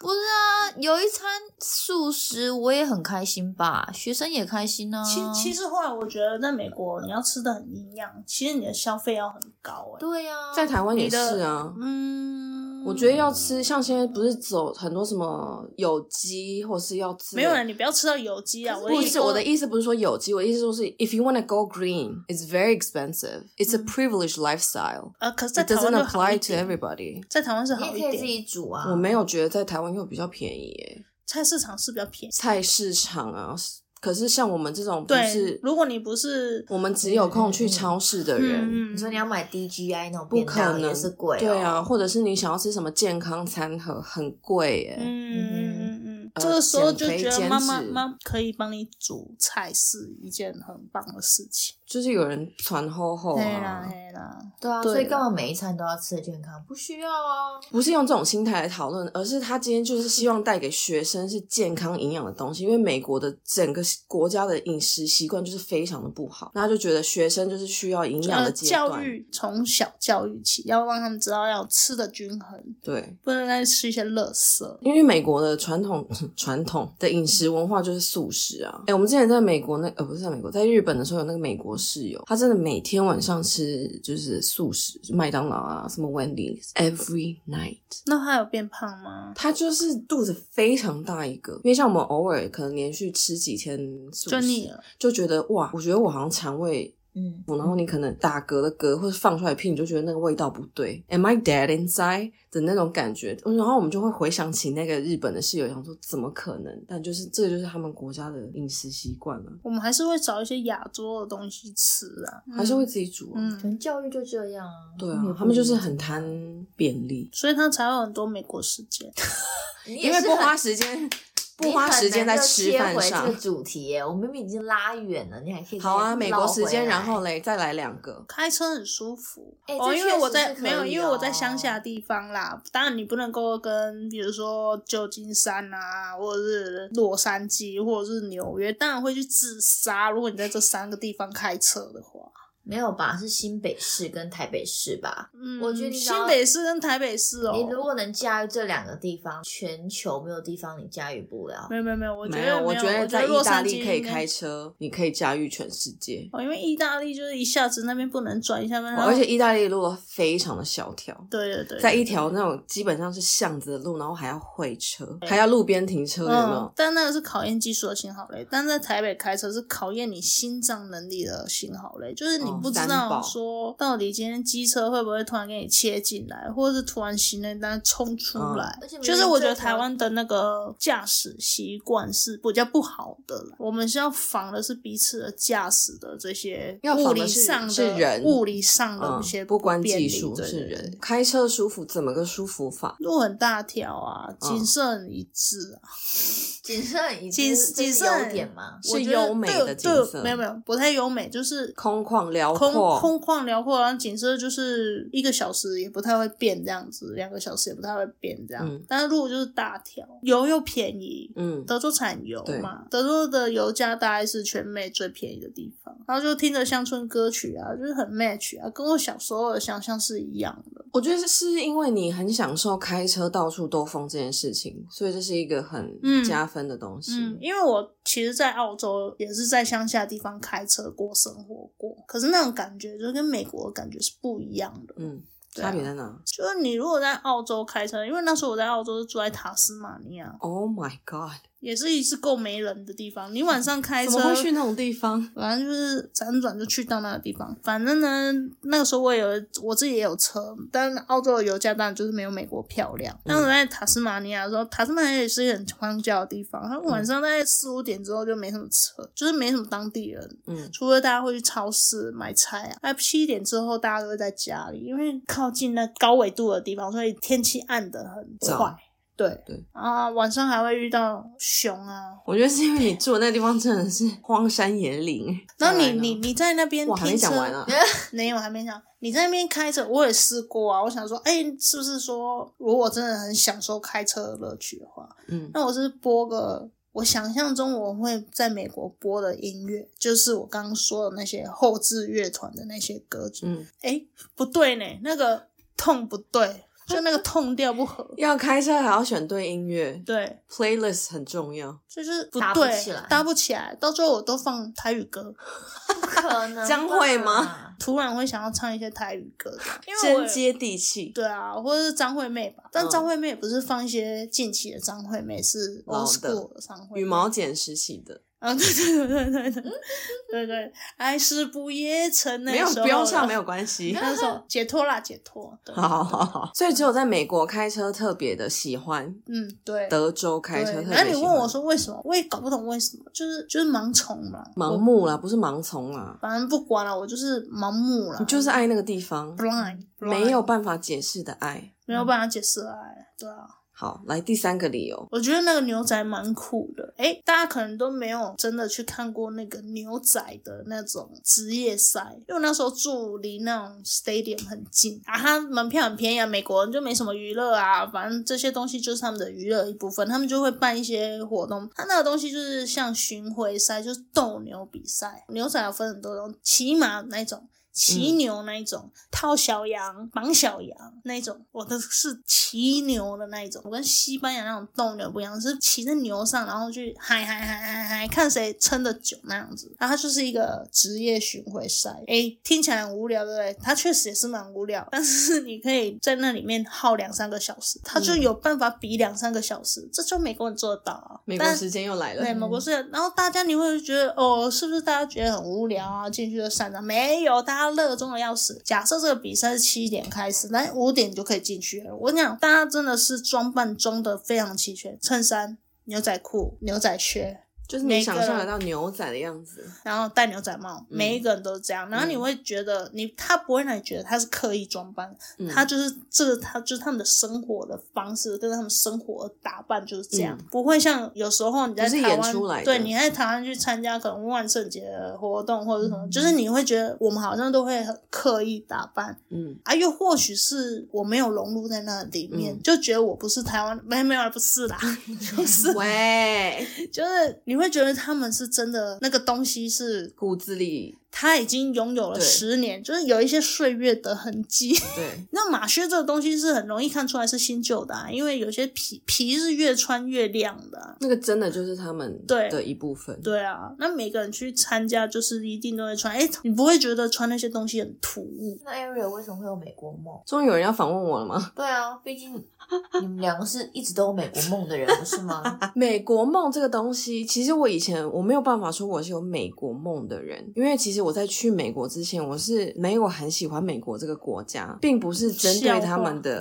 不是啊，有一餐素食我也很开心吧，学生也开心啊。其其实后来我觉得，在美国你要吃的很营养，其实你的消费要很高哎、对呀、啊，在台湾也是你啊，嗯，我觉得要吃像现在不是走很多什么有机，或是要吃嗯没有人，你不要吃到有机啊！我的不意思是我的意思，不是说有机，我的意思就是，if you want to go green, it's very expensive. It's a privileged lifestyle. 呃，可是嗯在 It 台湾 doesn't 就好一 apply to 点， everybody. 在台湾是你好也一可以自点，己煮啊。我没有觉得在台湾又比较便宜耶，菜市场是比较便宜。菜市场啊。可是像我们这种不对是，，如果你不是我们只有空去超市的人，嗯嗯你说你要买 DGI 那种不便可当也能啊是贵、哦，对啊，，或者是你想要吃什么健康餐盒，很贵耶。嗯嗯嗯嗯，这个时候就减肥觉得减妈妈脂妈可以帮你煮菜是一件很棒的事情。就是有人传厚厚对啦啊，对啦，对啊，对所以干啦嘛每一餐都要吃的健康？不需要啊。不是用这种心态来讨论，而是他今天就是希望带给学生是健康营养的东西，因为美国的整个国家的饮食习惯就是非常的不好，那他就觉得学生就是需要营养的呃，阶段，教育从小教育起，要让他们知道要吃的均衡，对。不能再吃一些垃圾。因为美国的传统传统的饮食文化就是素食啊。哎、我们之前在美国那呃不是在美国，在日本的时候有那个美国室友，他真的每天晚上吃就是素食，就麦当劳啊什么 Wendy's every night。那他有变胖吗？他就是肚子非常大一个，因为像我们偶尔可能连续吃几天素食，就腻了，就觉得哇，我觉得我好像肠胃嗯，然后你可能打嗝的嗝或者放出来屁，你就觉得那个味道不对，Am I dead inside 的那种感觉。然后我们就会回想起那个日本的室友，想说怎么可能？但就是这就是他们国家的饮食习惯了，我们还是会找一些亚洲的东西吃啊，还是会自己煮、啊。嗯可能教育就这样啊。对也啊不，他们就是一定很贪便利，所以他才有很多美国时间。你因也为是不很花时间，不你花很时间难在就吃切饭回上这个。主题耶，我明明已经拉远了，你还可以再好啊，美国绕时回间，然来后嘞，再来两个。开车很舒服、哎哦，这因为确我实在是没可有，以因为我哦在乡下地方啦。当然你不能够跟比如说旧金山啊，或者是洛杉矶，或者是纽约，当然会去自杀。如果你在这三个地方开车的话，没有吧？是新北市跟台北市吧？嗯，我觉得你知新道北市跟台北市哦，你如果能驾驭这两个地方，全球没有地方你驾驭不了没。有没有没有，我觉没得我没有觉得在洛意大杉利矶可以应该开车，你可以驾驭全世界。哦，因为意大利就是一下子那边不能转，一下边，然后哦而且意大利的路都非常的小条，对对对，在一条那种基本上是巷子的路，然后还要会车，还要路边停车，有没嗯有，？但那个是考验技术的信号类，但在台北开车是考验你心脏能力的信号类，就是你哦不知三道宝说到底今天机车会不会突然给你切进来，或者是突然行人单冲出嗯来而且，明就是明我觉最得台常湾的那个驾驶习惯是比较不好的啦，我们是要防的是彼此的驾驶的这些要物防的理是上是人物理上的嗯一些，不关便技利术对是对对人，开车舒服怎么个舒服法？路很大条啊，景嗯色很一致啊。 谨慎，谨谨慎谨优慎点 吗？是我觉得优美对的对景色没有没有，不太优美，就是空旷辽空阔空旷辽阔，然后景色就是一个小时也不太会变这样子，两个小时也不太会变这样。嗯但是路就是大条，油又便宜。嗯，德州产油嘛，德州的油价大概是全美最便宜的地方，然后就听着乡村歌曲啊，就是很 match 啊，跟我小时候的想象是一样的。我觉得是因为你很享受开车到处兜风这件事情，所以这是一个很嗯加分的东西。嗯，因为我其实，在澳洲也是在乡下地方开车过、生活过，可是那种感觉就是跟美国的感觉是不一样的。嗯，对啊差别在哪就是你如果在澳洲开车，因为那时候我在澳洲是住在塔斯马尼亚， ？Oh my god！也是一次够没人的地方。你晚上开怎车么，会去那种地方？反正就是辗转就去到那个地方。反正呢，那个时候我也有我自己也有车，但澳洲的油价当然就是没有美国漂亮。但嗯我在塔斯马尼亚的时候，塔斯马尼亚也是一个很荒郊的地方，它嗯晚上大概四五点之后就没什么车，就是没什么当地人。嗯，除了大家会去超市买菜啊，那七点之后大家都会在家里，因为靠近那高纬度的地方，所以天气暗的很快早。对对啊，晚上还会遇到熊啊。我觉得是因为你住的那地方真的是荒山野岭。然再后你来呢你你在那边哇，还没停车讲完啊！没有，还没讲。你在那边开车，我也试过啊。我想说，哎、是不是说，如果我真的很享受开车的乐趣的话，嗯那我是播个我想象中我会在美国播的音乐，就是我刚刚说的那些后置乐团的那些歌曲。嗯，。哎、不对呢，那个痛不对，就那个痛调不合要开车还要选对音乐对， ，playlist 很重要。就是不搭不对，起来搭不起来。到最后我都放台语歌，不可能吧，将会吗突然会想要唱一些台语歌这样，因为我真接地气。对啊，或者是张惠妹吧。但嗯张惠妹也不是放一些近期的张惠妹，是老 old 的 school 的张惠妹。羽毛剪时期的， 啊，对对对对对对对对，爱是不夜城那没有时候不用唱， 的没有关系。那首解脱啦，解脱。对好好好好，所以只有在美国开车特别的喜欢，嗯，对。德州开车对，特那别你喜欢。问我说为什么，我也搞不懂为什么，就是就是盲从嘛，盲我，目啦，不是盲从啦，反正不管了，我就是盲目了，你就是爱那个地方， blind，, blind 没有办法解释的爱。没有办法解释来，对啊，好，来第三个理由，我觉得那个牛仔蛮酷的，哎，大家可能都没有真的去看过那个牛仔的那种职业赛，因为我那时候住离那种 stadium 很近啊，它门票很便宜啊，美国人就没什么娱乐啊，反正这些东西就是他们的娱乐一部分，他们就会办一些活动，它那个东西就是像巡回赛，就是斗牛比赛，牛仔有分很多种，骑马那种。骑牛那一种，套小羊、绑小羊那一种，我的是骑牛的那一种。我跟西班牙那种斗牛不一样，是骑在牛上，然后去嗨嗨嗨嗨嗨，看谁撑得久那样子。然后它就是一个职业巡回赛，诶，听起来很无聊，对不对？它确实也是蛮无聊，但是你可以在那里面耗两三个小时，它就嗯有办法比两三个小时，这就美国人做得到啊。美国但时间又来了，对，某国是，然后大家你会觉得哦，是不是大家觉得很无聊啊？进去就散场，没有，大家热衷的要死。假设这个比赛是七点开始，那五点就可以进去了。我跟你讲，大家真的是装扮装的非常齐全，衬衫、牛仔裤、牛仔靴，就是你想象得到牛仔的样子，然后戴牛仔帽，每一个人都是这样。然后你会觉得你他不会让你觉得他是刻意装扮，嗯他就是这个他就是他们的生活的方式跟他们生活的打扮就是这样，不会像有时候你不在嗯是台演出来的湾，对，你在台湾去参加可能万圣节的活动或者什么，就是你会觉得我们好像都会很刻意打扮，嗯，啊，又或许是我没有融入在那里面，嗯就觉得我不是台湾，没没有啊不是 啦，就是喂，就是你会觉得他们是真的那个东西是骨子里他已经拥有了对十年，就是有一些岁月的痕迹。对，那马靴这个东西是很容易看出来是新旧的、啊，因为有些皮皮是越穿越亮的啊、那个真的就是他们对的一部分，对啊，那每个人去参加就是一定都会穿，哎，你不会觉得穿那些东西很突兀？ 那 Ariel 为什么会有美国梦？终于有人要反问我了吗？ 对啊，毕竟你们两个是一直都有美国梦的人，不是 吗？美国梦这个东西，其实我以前我没有办法说我是有美国梦的人，因为其实我在去美国之前，我是没有很喜欢美国这个国家，并不是针对他们 的。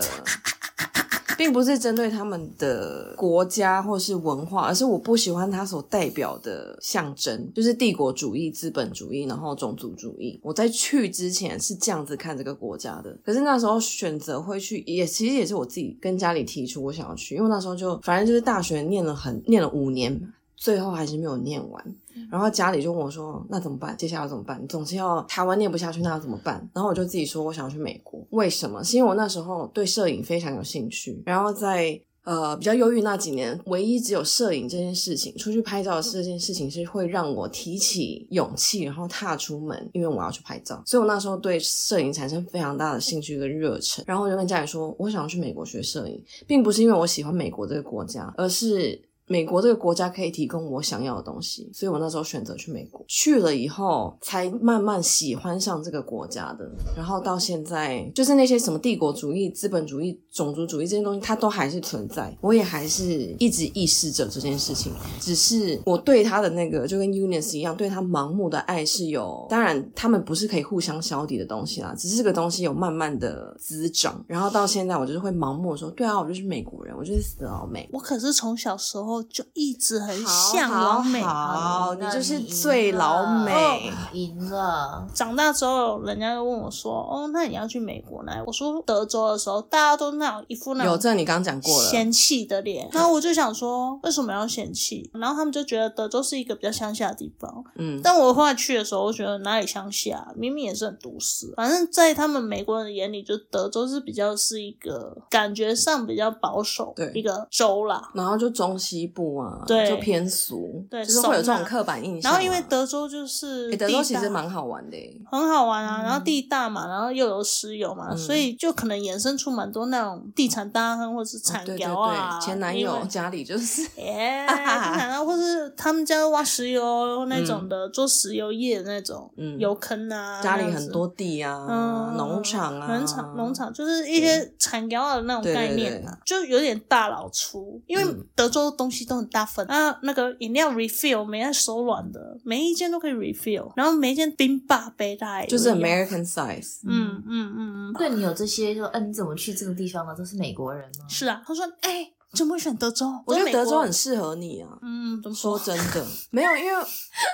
并不是针对他们的国家或是文化，而是我不喜欢它所代表的象征，就是帝国主义、资本主义，然后种族主义。我在去之前是这样子看这个国家的，可是那时候选择会去，也其实也是我自己跟家里提出我想要去，因为那时候就反正就是大学念了很念了五年。最后还是没有念完，然后家里就问我说：“那怎么办？接下来要怎么办？你总是要台湾念不下去，那要怎么办？”然后我就自己说：“我想要去美国。”为什么？是因为我那时候对摄影非常有兴趣，然后在呃比较忧郁那几年，唯一只有摄影这件事情，出去拍照的这件事情是会让我提起勇气，然后踏出门，因为我要去拍照。所以我那时候对摄影产生非常大的兴趣跟热忱，然后我就跟家里说：“我想要去美国学摄影。”并不是因为我喜欢美国这个国家，而是美国这个国家可以提供我想要的东西，所以我那时候选择去美国。去了以后，才慢慢喜欢上这个国家的。然后到现在，就是那些什么帝国主义、资本主义、种族主义这些东西，它都还是存在。我也还是一直意识着这件事情，只是我对他的那个就跟 Unis 一样，对他盲目的爱是有，当然他们不是可以互相消敌的东西啦，只是这个东西有慢慢的滋长，然后到现在我就是会盲目地说，对啊，我就是美国人，我就是死老美。我可是从小时候就一直很好向往美好好，那你就是你赢最老了美。赢了，长大之后，人家就问我说：“哦，那你要去美国来？”我说德州的时候，大家都那种一副那有种这你刚讲过了，嫌弃 的脸，然后我就想说为什么要嫌弃？然后他们就觉得德州是一个比较乡下的地方，嗯，但我后来去的时候，我觉得哪里乡下，啊明明也是很都市，啊反正在他们美国人的眼里，就德州是比较是一个感觉上比较保守对一个州啦。然后就中西部啊，对就偏俗，对就是会有这怂种啊刻板印象然啊。后因为德州就是诶德州地其实大蛮好玩的欸哦耶，很好玩啊，然后地大嘛，然后又有石油嘛，嗯所以就可能衍生出蛮多那种地产大亨或是产哦对对窑啊，对，前男因 友为家里就是耶，地产 啊，或是他们家挖石油那种的，做石油业的那种，嗯油坑啊，家里那样子很多地啊，嗯，农场啊，农场农场就是一些产窑的那种对对概念啊，就有点大老粗，因为嗯德州东西都很大份啊，那个饮料 refill 没在手软的，每一间都可以 refill，然后每一间冰霸杯大概也就是一样 American size。嗯嗯嗯嗯，对你有这些说，嗯、你怎么去这个地方了？都是美国人吗？是啊，他说，哎、就不会选德州。我觉得在美国德州很，适合你啊。嗯，怎么说说？真 的，没有，因为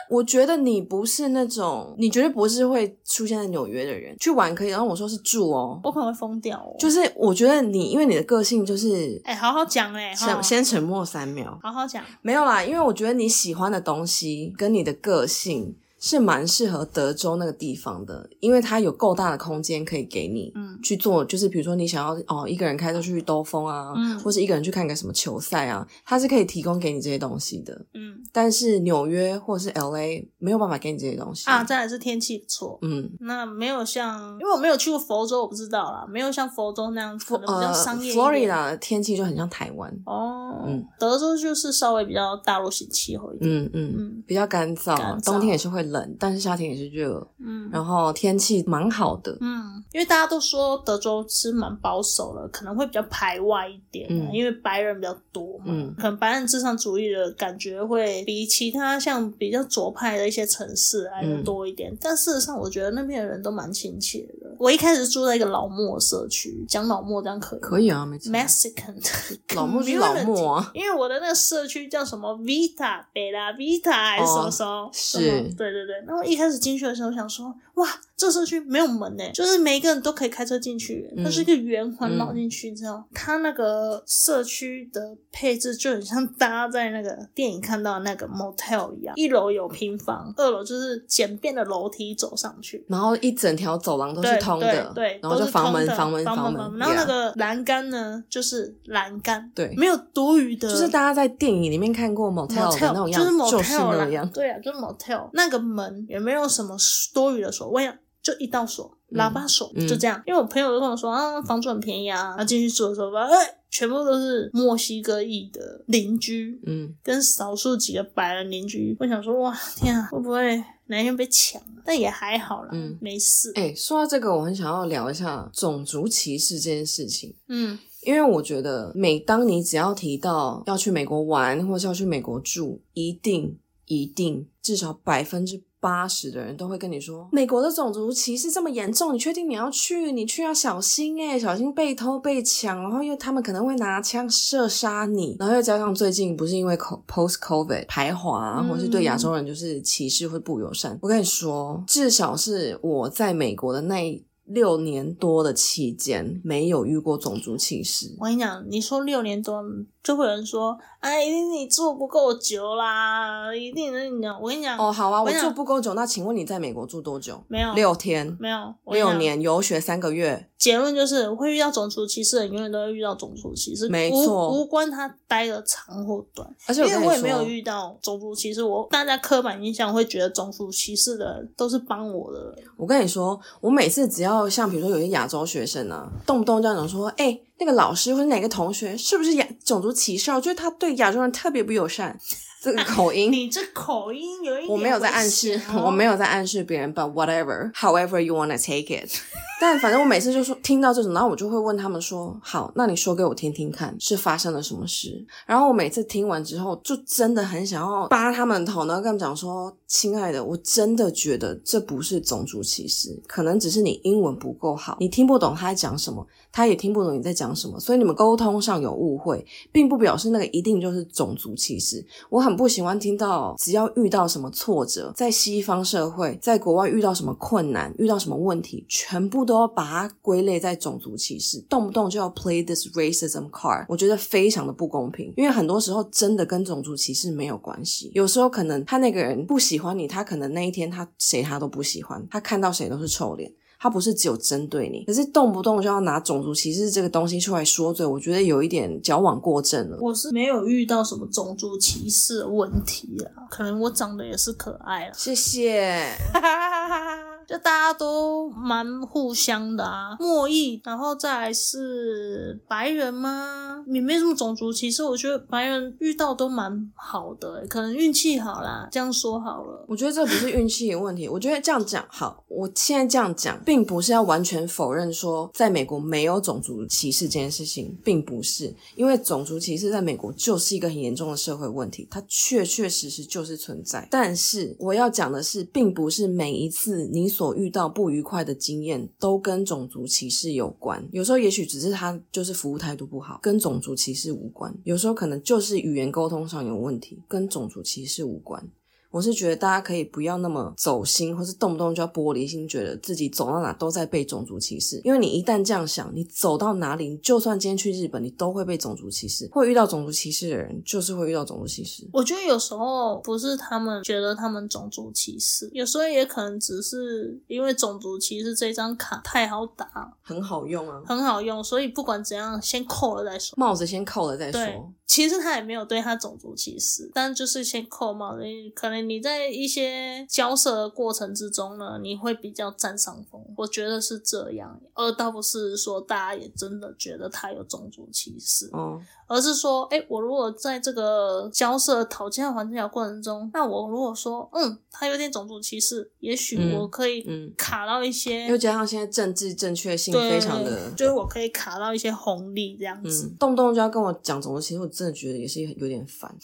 我觉得你不是那种，你绝对不是会出现在纽约的人。去玩可以，然后我说是住哦，我可能会疯掉哦。，就是是我觉得你，因为你的个性就是哎，好好讲哎，哈先先沉默三秒，好好讲。没有啦，因为我觉得你喜欢的东西跟你的个性是蛮适合德州那个地方的，因为它有够大的空间可以给你，嗯去做，就是比如说你想要哦一个人开车去兜风啊，嗯或是一个人去看个什么球赛啊，它是可以提供给你这些东西的。嗯但是纽约或是 L A 没有办法给你这些东西啊，再来是天气不错。嗯，那没有像，因为我没有去过佛州，我不知道啦。没有像佛州那样可能比较呃商业一点。 ，Florida 的天气就很像台湾，哦，嗯德州就是稍微比较大陆型气候一点。嗯嗯，嗯比较干燥，干燥冬天也是会冷，但是夏天也是热，嗯然后天气蛮好的，嗯，因为大家都说德州是蛮保守的，可能会比较排外一点、啊嗯因为白人比较多嘛，嗯可能白人至上主义的感觉会比其他像比较左派的一些城市来嗯的多一点、但事实上，我觉得那边的人都蛮亲切的。我一开始住在一个老莫社区，讲老莫这样可以吗可以啊，没错。 Mexican 老莫就是老莫啊 community，因为我的那个社区叫什么 Vita Bella Vita 还是什么什么，哦是什么对对对。那我一开始进去的时候想说，哇，这社区没有门呢、就是每一个人都可以开车进去，它嗯是一个圆环绕进去之后，它那个社区的配置就很像大家在那个电影看到的那个 motel 一样，一楼有平房，二楼就是简便的楼梯走上去，然后一整条走廊都是通的，对，对然后都就是房通门的房房门房门，然后那 yeah 个栏杆呢，就是栏杆，对没有多余的，就是大家在电影里面看过 motel 的那 motel 种就样，就是是 motel 那啦样，，对啊，就是 motel 那个门也没有什么多余的锁，我想就一道锁，喇叭锁嗯就这样。因为我朋友就跟我说啊，房租很便宜啊，然后进去住的时候吧，哎，全部都是墨西哥裔的邻居，嗯，跟少数几个白人邻居，我想说哇，天啊，会不会哪天被抢啊？但也还好啦，嗯没事，哎、说到这个，我很想要聊一下种族歧视这件事情。嗯因为我觉得，每当你只要提到要去美国玩，或是要去美国住，一定一定至少百分之八十的人都会跟你说，美国的种族歧视这么严重，你确定你要去？你去要小心哎、小心被偷被抢，然后又他们可能会拿枪射杀你，然后又加上最近不是因为 co- post covid 排华、啊嗯或是对亚洲人就是歧视或不友善，我跟你说，至少是我在美国的那一。六年多的期间，没有遇过种族歧视。我跟你讲，你说六年多，就会有人说，哎，一定你做不够久啦，一定是你讲。我跟你讲，哦，好啊，我我想住不够久，那请问你在美国住多久？没有六天，没有我跟你六讲年，游学三个月，结论就是会遇到种族歧视的人，永远都会遇到种族歧视，没错无无关他待的长或短。而且因我为跟我也你没有说，遇到种族歧视，我大家刻板印象会觉得种族歧视的人都是帮我的人，我跟你说，我每次只要像比如说有些亚洲学生啊，动不动就讲说，哎、那个老师或者哪个同学是不是亚种族歧视啊？就是他对亚洲人特别不友善，这个口音。你这口音有一点、啊哦我没有在暗示， 我没。有在暗示别人，but whatever, however you wanna take it 。 但反正我每次就说听到这种，然后我就会问他们说：“好，那你说给我听听看，是发生了什么事？”然后我每次听完之后，就真的很想要扒他们的头，然后跟他们讲说：“亲爱的，我真的觉得这不是种族歧视，可能只是你英文不够好，你听不懂他在讲什么，他也听不懂你在讲什么，所以你们沟通上有误会，并不表示那个一定就是种族歧视。我很不喜欢听到，只要遇到什么挫折，在西方社会，在国外遇到什么困难，遇到什么问题，全部都要把它归类在种族歧视，动不动就要 play this racism card，我觉得非常的不公平。因为很多时候真的跟种族歧视没有关系，有时候可能他那个人不喜欢你，他可能那一天他谁他都不喜欢，他看到谁都是臭脸。他不是只有针对你，可是动不动就要拿种族歧视这个东西出来说嘴，我觉得有一点矫枉过正了。我是没有遇到什么种族歧视的问题啦，可能我长得也是可爱啦，啊谢谢。 就大家都蛮互相的啊。莫裔，然后再来是白人吗？也没什么种族歧视，我觉得白人遇到都蛮好的欸、可能运气好啦，这样说好了。我觉得这不是运气的问题，我觉得这样讲好。我现在这样讲，并不是要完全否认说在美国没有种族歧视这件事情，并不是，因为种族歧视在美国就是一个很严重的社会问题，它确确实实就是存在。但是我要讲的是，并不是每一次你所遇到不愉快的经验都跟种族歧视有关。有时候也许只是他就是服务态度不好，跟种族歧视无关；有时候可能就是语言沟通上有问题，跟种族歧视无关。我是觉得大家可以不要那么走心，或是动不动就要玻璃心，觉得自己走到哪都在被种族歧视。因为你一旦这样想，你走到哪里，你就算今天去日本，你都会被种族歧视。会遇到种族歧视的人，就是会遇到种族歧视。我觉得有时候不是他们觉得他们种族歧视，有时候也可能只是因为种族歧视这张卡太好打，很好用啊，很好用，所以不管怎样，先扣了再说。帽子先扣了再对说。其实他也没有对他种族歧视，但就是先扣帽子。可能你在一些交涉的过程之中呢，你会比较占上风，我觉得是这样，而倒不是说大家也真的觉得他有种族歧视。哦，而是说，哎、我如果在这个交涉讨价还价的过程中，那我如果说，嗯，他有点种族歧视，也许嗯我可以嗯卡到一些，又加上现在政治正确性对，非常的，就是我可以卡到一些红利这样子。嗯，动不动就要跟我讲种族歧视，我真的觉得也是有点烦。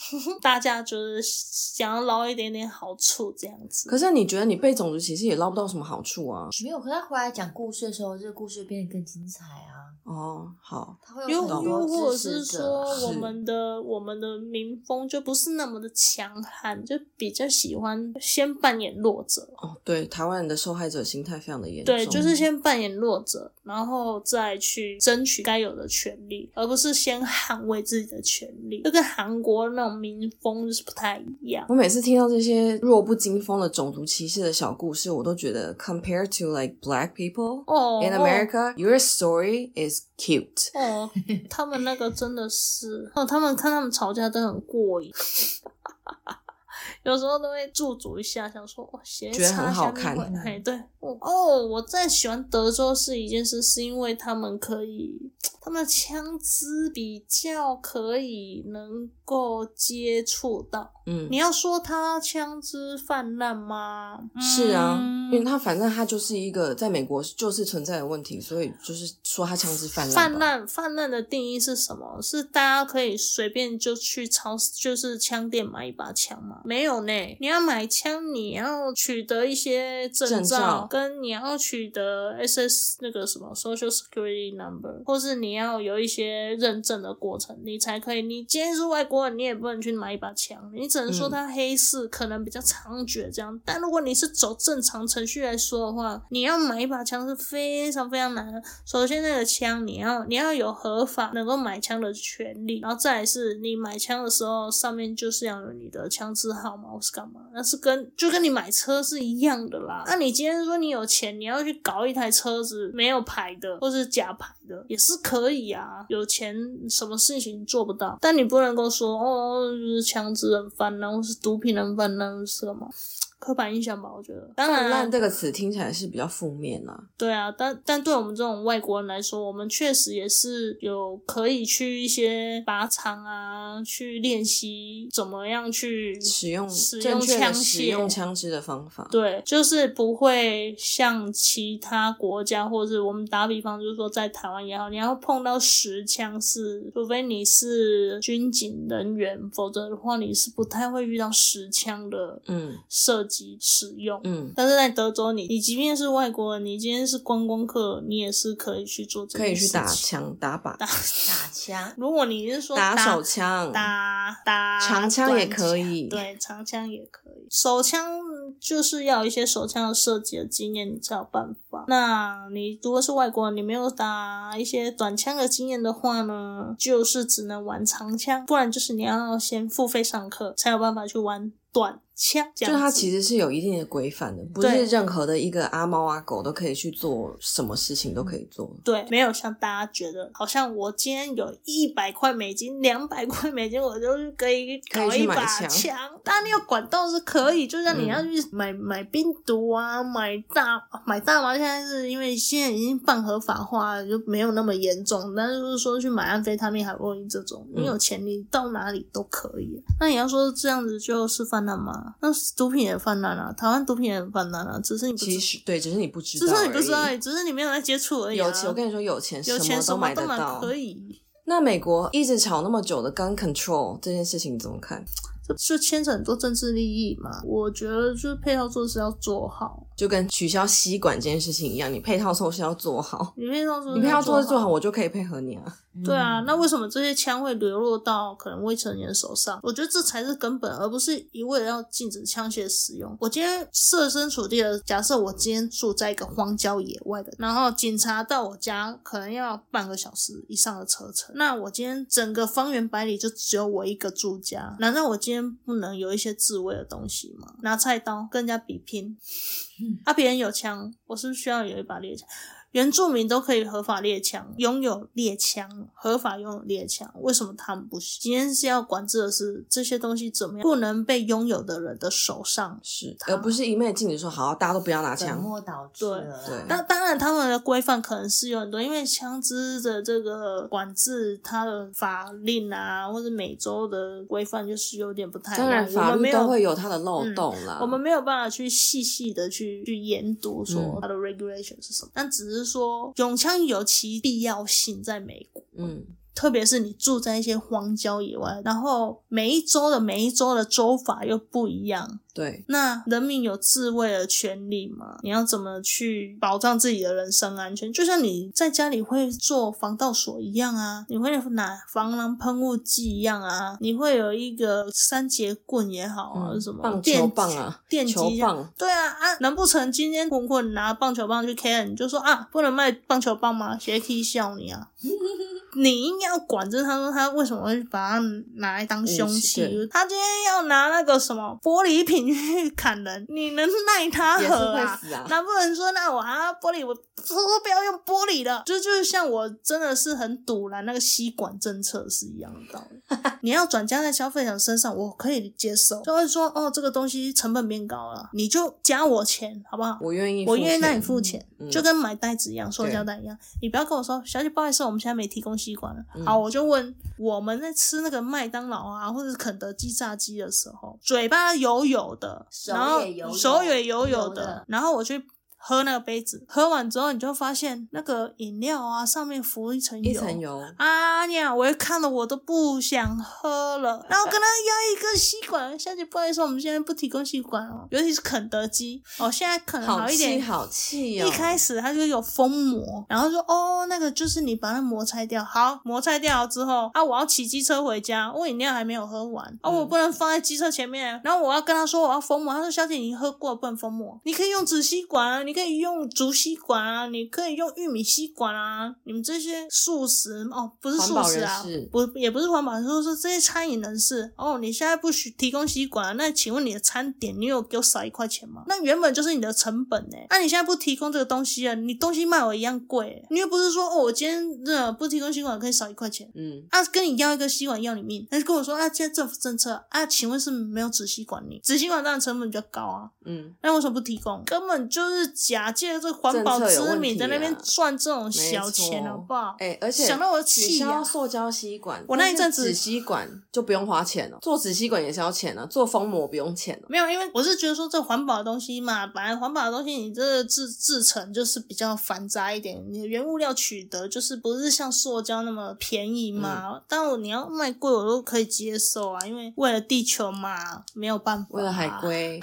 大家就是想要捞一点点好处这样子。可是你觉得你被种族歧视也捞不到什么好处啊？没有，可是他回来讲故事的时候，这个故事变得更精彩啊！哦，好，他会有又很又或多者支是持说者。，啊是我们的我们的民风就不是那么的强悍，就比较喜欢先扮演弱者，哦，对，台湾人的受害者心态非常的严重，对，就是先扮演弱者，然后再去争取该有的权利，而不是先捍卫自己的权利。这跟韩国那种民风就是不太一样。我每次听到这些弱不禁风的种族歧视的小故事，我都觉得 compared to like black people 哦 in America,、your story is cute。哦，哦，他们那个真的是，哦，他们看他们吵架都很过瘾。 有时候都会驻足一下，想说哇，哦鞋觉得擦很好下面看嗯会哎，对，哦哦，我在喜欢德州是一件事，是因为他们可以，他们的枪支比较可以能够接触到。嗯你，要说他枪支泛滥吗？是啊，嗯因为他反正他就是一个在美国就是存在的问题，所以就是说他枪支泛滥。泛。滥泛滥的定义是什么？是大家可以随便就去超市，就是枪店买一把枪吗？没有呢，你要买枪，你要取得一些证证照跟你要取得 SS 那个什么 Social Security Number，或是你要有一些认证的过程，你才可以。你今天是外国人，你也不能去买一把枪，你只能说嗯他黑市可能比较猖獗这样。但如果你是走正常程序来说的话，你要买一把枪是非常非常难的。首先，那个枪你要你要有合法能够买枪的权利，然后再来是你买枪的时候上面就是要有你的枪支号码或是干嘛，那是跟就跟你买车是一样的啦。那你今天说你有钱，你要去搞一台车子没有牌的或是假牌的也是可以啊，有钱什么事情做不到，但你不能够说哦，就是枪支很泛滥，或是毒品很泛滥，或是干嘛。刻板印象吧，我觉得。当然泛啊，滥这个词听起来是比较负面啦、对啊，但但对我们这种外国人来说，我们确实也是有可以去一些靶场啊，去练习怎么样去使用使正用确枪的械使用枪支的方法。对，就是不会像其他国家，或者是我们打比方，就是说在台湾也好，你要碰到实枪是，除非你是军警人员，否则的话你是不太会遇到实枪的嗯射击使用。嗯，但是在德州你，你即便是外国人，你今天是观光客，你也是可以去做这可以件事去情。打枪、打靶、打枪，如果你是说打手、枪、打打长枪也可以短枪对，长枪也可以。手枪就是要有一些手枪的设计的经验，你才有办法。那你如果是外国人，你没有打一些短枪的经验的话呢，就是只能玩长枪，不然就是你要先付费上课才有办法去玩短枪。这就样它子其实是有一定的规范的，不对是任何的一个阿猫阿狗都可以去做，什么事情都可以做。对，没有像大家觉得，好像我今天有一百块美金、两百块美金，我就可以搞可以一去买把枪枪。当然，你有管道是可以，就像你嗯要去买、买冰毒啊，买大买大麻，现在是因为现在已经半合法化了，就没有那么严重。但是就是说去买安非他命、海洛因这种，你嗯有钱你到哪里都可以。啊那你要说这样子就是泛滥吗？那毒品也泛滥啊，台湾毒品也很泛滥啊，只是你不其知，实对，只是你不知道只而已，是你不知道而已，只是你没有在接触而已、啊。有钱，我跟你说，有钱有钱么什都么买都得买到。可以，那美国一直吵那么久的 gun control 这件事情，你怎么看？就就牵扯很多政治利益嘛。我觉得就是配套措施要做好，就跟取消吸管这件事情一样，你配套措施要做 好，你配套做，你配套措施做好，我就可以配合你啊。对啊，嗯那为什么这些枪会流落到可能未成年手上？我觉得这才是根本，而不是一味地要禁止枪械使用。我今天设身处地的假设，我今天住在一个荒郊野外的，然后警察到我家可能要半个小时以上的车程。那我今天整个方圆百里就只有我一个住家，难道我今天不能有一些自卫的东西吗？拿菜刀跟人家比拼，啊，别人有枪，我是不是需要有一把猎枪？原住民都可以合法猎枪，拥有猎枪，合法拥有猎枪，为什么他们不行？今天是要管制的是这些东西怎么样不能被拥有的人的手上。是，而不是一昧禁止说好，大家都不要拿本枪。末倒置对了啦。对那当然，他们的规范可能是有很多，因为枪支的这个管制，它的法令啊，或者美洲的规范就是有点不太一样。当然，我法们没律有嗯都会有它的漏洞啦。我们没有办法去细细的去去研读说嗯它的 regulation 是什么，但只是说永枪有其必要性，在美国。嗯，特别是你住在一些荒郊野外，然后每一州的每一州的州法又不一样，对，那人民有自卫的权利吗？你要怎么去保障自己的人身安全？就像你在家里会做防盗锁一样啊，你会拿防狼喷雾剂一样啊，你会有一个三节棍也好啊，嗯什么棒电球棒啊，电击球一样棒，对啊啊！难不成今天滚滚拿棒球棒去 K 了，你就说啊，不能卖棒球棒吗？谁 K 笑 你啊？你应该要管着他说他为什么会把它拿来当凶器武器，他今天要拿那个什么玻璃瓶去砍人，你能奈 他也是何会啊？死啊。难不能说那我啊玻璃，我说不要用玻璃了，就就是像我真的是很堵拦那个吸管政策是一样的道理。你要转嫁在消费者身上，我可以接受，就会说哦这个东西成本变高了，你就加我钱好不好？我愿意，我愿意让你付钱，嗯就跟买袋子一样，塑胶袋一样。你不要跟我说，小姐，不好意思，我们现在没提供吸管了。嗯好，我就问，我们在吃那个麦当劳啊，或者是肯德基炸鸡的时候，嘴巴油油的，手然后也油油手也油油油的的，然后我去。喝那个杯子，喝完之后你就发现那个饮料啊上面浮一层油，一层油，啊呀！我一看了我都不想喝 了，然后跟他要一个吸管，小姐不好意思，我们现在不提供吸管哦，尤其是肯德基哦，现在可能好一气点。好气哦。一开始他就有封膜，然后说哦，那个就是你把那膜拆掉，好，膜拆掉之后啊，我要骑机车回家，我饮料还没有喝完啊，嗯我不能放在机车前面，然后我要跟他说我要封膜，他说小姐你喝过不能封膜，你可以用纸吸管啊，你可以用竹吸管啊，你可以用玉米吸管啊，你们这些素食哦，不是素食啊环保人士，不也不是环保人士，就是这些餐饮人士哦，你现在不许提供吸管、啊，那请问你的餐点你有给我少一块钱吗？那原本就是你的成本呢、啊那、你现在不提供这个东西啊，你东西卖我一样贵欸、你又不是说哦，我今天这不提供吸管可以少一块钱。嗯，啊，跟你要一个吸管要你命，他就跟我说啊，现在政府政策啊，请问是没有纸吸管你，纸吸管当然成本比较高啊，嗯，那为什么不提供？根本就是假借这环保政策有之问题名啊在那边赚这种小钱，没错好不好？哎，而且想到我取气呀、消塑胶吸管，我那一阵子但是纸吸管就不用花钱了，做纸吸管也是要钱的，做封膜不用钱了。没有，因为我是觉得说这环保的东西嘛，本来环保的东西你这个制制成就是比较繁杂一点，你的原物料取得就是不是像塑胶那么便宜嘛。嗯但我你要卖贵，我都可以接受啊，因为为了地球嘛，没有办法、为了海，龟，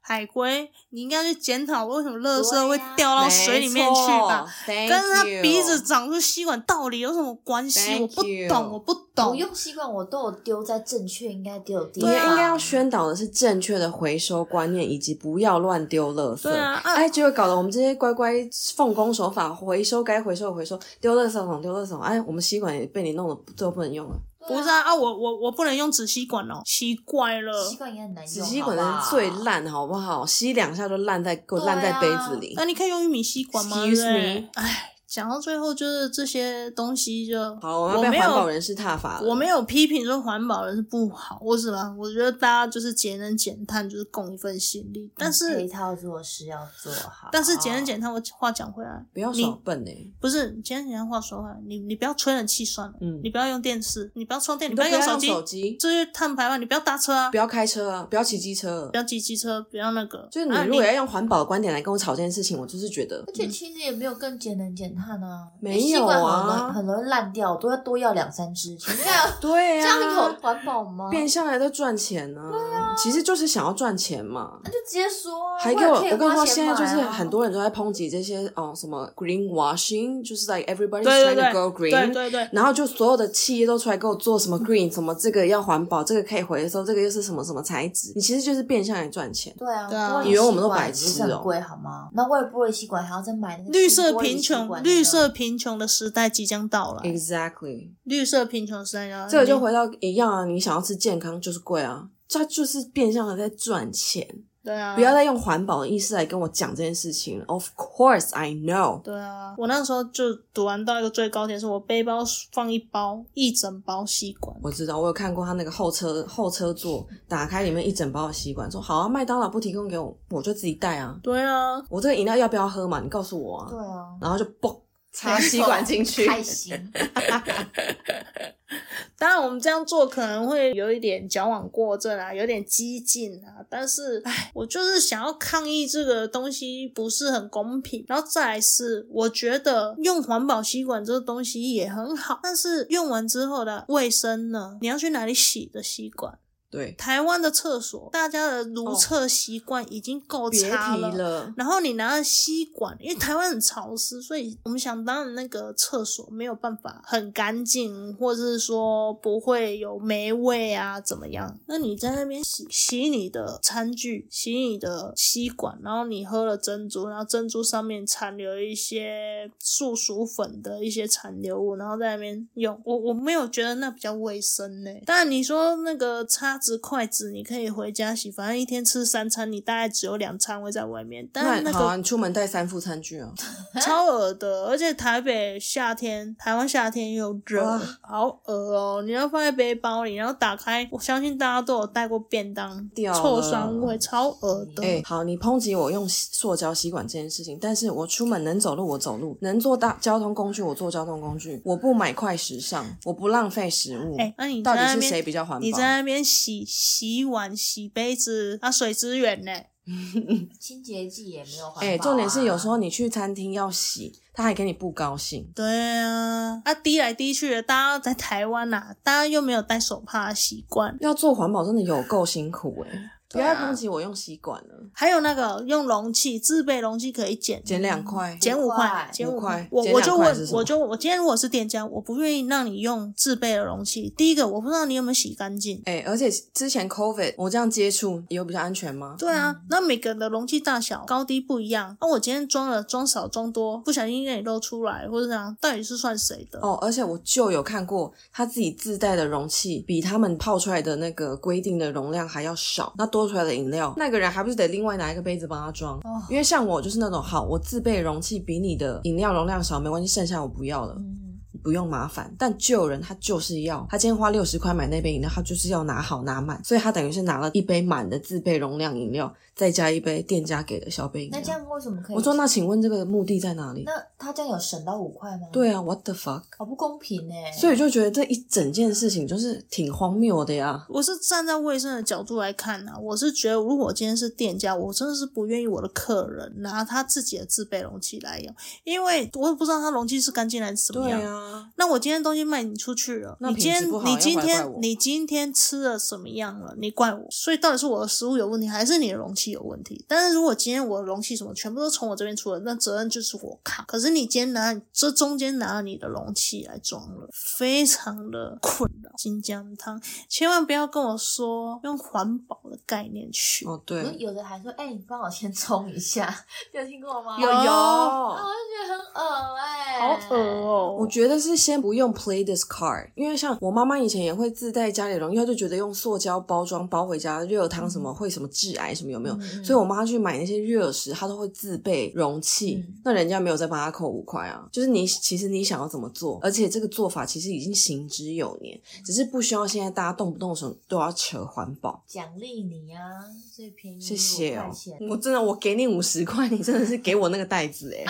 海龟，你应该去检讨为什么垃对圾呀会掉到水里面去吧。啊没错跟他 Thank you 鼻子长出吸管到底有什么关系？ Thank 我不 you 懂，我不我懂。用吸管我都有丢在正确应该丢的地你方，啊们啊应该要啊宣导的是正确的回收观念，以及不要乱丢垃圾。对啊啊哎，结果搞得我们这些乖乖奉公守法，回收该回收的回收，丢垃圾桶丢垃圾桶，哎，我们吸管也被你弄得最后不能用了。对不是啊啊，我我我不能用纸吸管哦，奇怪了吸。管也很难用，纸吸管好不的好最。烂，好不好？吸两下就烂在，啊给我烂在杯子里那、。你可以用玉米吸管吗？对 Excuse 不对 me 哎，讲到最后就是这些东西就好，我我们要没被环保有人士挞伐了。我没有批评说环保人是不好，我只能我觉得大家就是节能减碳，就是共一份心力。但嗯配是套做事要做好，但是节能减碳，我话讲回来，不要你耍笨哎、不是，你今天讲话说回来，你你不要吹冷气算了，嗯你不要用电视，你不要充电，你你都要不要手用手机，这些碳排放，你不要搭车啊，不要开车啊，不要骑机车啊不。要骑机车，不要那个，就是你啊如果要用环保的观点来跟我吵这件事情，我就是觉得而且其实也没有更节能减汗啊，嗯没吸管有很啊容易很容易烂掉，都要多要两三支。其实这样对这啊，样有环保吗？变相来在赚钱呢、啊其实就是想要赚钱嘛。那就直接说啊，还给也我，可以我跟你花说，钱现买在啊就是很多人都在抨击这些哦，什么 green washing，就是 like everybody's 对对 trying 对 to go green，对对对，然后就所有的企业都出来给我做什么 green，什么这个要环保，这个可以回收，这个又是什么什么材质，你其实就是变相来赚钱。对啊，对啊玻璃以为我们都吸管白也是痴很哦贵好吗？那为了玻璃吸管还要再买那个绿新色玻璃贫吸穷，管绿的色贫穷的时代即将到来。 Exactly，绿色贫穷时代要来，这个就回到一样啊，你想要吃健康就是贵啊，它就是变相的在赚钱，对啊，不要再用环保的意识来跟我讲这件事情了。Of course I know，对啊，我那时候就读完到一个最高点，是我背包放一包一整包吸管，我知道，我有看过他那个后车后车座打开里面一整包的吸管，说好啊，麦当劳不提供给我，我就自己带啊。对啊，我这个饮料要不要喝嘛？你告诉我啊。对啊，然后就 嘣插吸管进去，开心。当然我们这样做可能会有一点矫枉过正啊，有点激进啊，但是唉，我就是想要抗议这个东西不是很公平。然后再来是，我觉得用环保吸管这个东西也很好，但是用完之后的卫生呢？你要去哪里洗的吸管？对，台湾的厕所，大家的如厕习惯已经够别差提了。然后你拿着吸管，因为台湾很潮湿，所以我们想当然那个厕所没有办法很干净，或者是说不会有霉味啊，怎么样？那你在那边洗洗你的餐具，洗你的吸管，然后你喝了珍珠，然后珍珠上面残留一些素薯粉的一些残留物，然后在那边用，我我没有觉得那比较卫生呢、当然你说那个叉子、筷子，你可以回家洗，反正一天吃三餐，你大概只有两餐会在外面，但那是那好啊，个你出门带三副餐具啊。超恶的，而且台北夏天，台湾夏天又热哇，好恶哦、你要放在背包里，然后打开，我相信大家都有带过便当，掉臭了酸味，超恶的。哎、好，你抨击我用吸塑胶吸管这件事情，但是我出门能走路我走路，能坐大交通工具我坐交通工具，我不买快时尚，我不浪费食物。哎、那、你到在底那是边谁比较环保？你在那边洗洗碗、洗杯子啊，水资源呢？ 清洁剂也没有环保、啊。哎、重点是有时候你去餐厅要洗，他还给你不高兴。对啊，啊滴来滴去的，大家在台湾呐、啊，大家又没有戴手帕的习惯。要做环保真的有够辛苦哎、不 对要啊抨击我用吸管了，还有那个用容器，自备容器可以减嗯减两块，减五块块，减五块块。我减我就两块是问，什么我就我今天如果是店家，我不愿意让你用自备的容器。第一个，我不知道你有没有洗干净。哎、而且之前 COVID 我这样接触有比较安全吗？对啊，那每个人的容器大小高低不一样。那、我今天装了装少装多，不小心给你漏出来，或者怎样，到底是算谁的？哦，而且我就有看过他自己自带的容器，比他们泡出来的那个规定的容量还要少，那多出来的饮料，那个人还不是得另外拿一个杯子帮他装？哦因为像我就是那种，好，我自备容器比你的饮料容量少，没关系，剩下我不要了。嗯，不用麻烦，但就有人他就是要，他今天花六十块买那杯饮料，他就是要拿好拿满，所以他等于是拿了一杯满的自备容量饮料，再加一杯店家给的小杯饮那这料。样为什么可以？嗯我说，那请问这个目的在哪里？那他这样有省到五块吗？，对啊，What the fuck？好不公平哎、所以就觉得这一整件事情就是挺荒谬的呀。我是站在卫生的角度来看啊，我是觉得如果我今天是店家，我真的是不愿意我的客人拿他自己的自备容器来用，因为我也不知道他容器是干净还是怎么对样。啊，那我今天东西卖你出去了，那你今品质天不好你今要怪天我你今天吃了什么样了？你怪我，所以到底是我的食物有问题，还是你的容器有问题？但是如果今天我的容器什么全部都从我这边出了，那责任就是我扛。可是你今天拿这中间拿了你的容器来装了，非常的困扰。金姜汤，千万不要跟我说用环保的概念去。哦不是对，有的还说，哎、你帮我先冲一下，你有听过吗？有啊有我。就觉得很恶哎、好恶哦、我觉得是先不用 play this card，因为像我妈妈以前也会自带家里的容器，她就觉得用塑胶包装包回家热汤什么会什么致癌什么有没有？嗯所以我妈去买那些热食，她都会自备容器，嗯那人家没有再帮她扣五块啊。就是你其实你想要怎么做，而且这个做法其实已经行之有年，只是不需要现在大家动不动手都要扯环保。奖励你啊，最便宜谢谢5哦块钱， 我真的我给你五十块，你真的是给我那个袋子哎、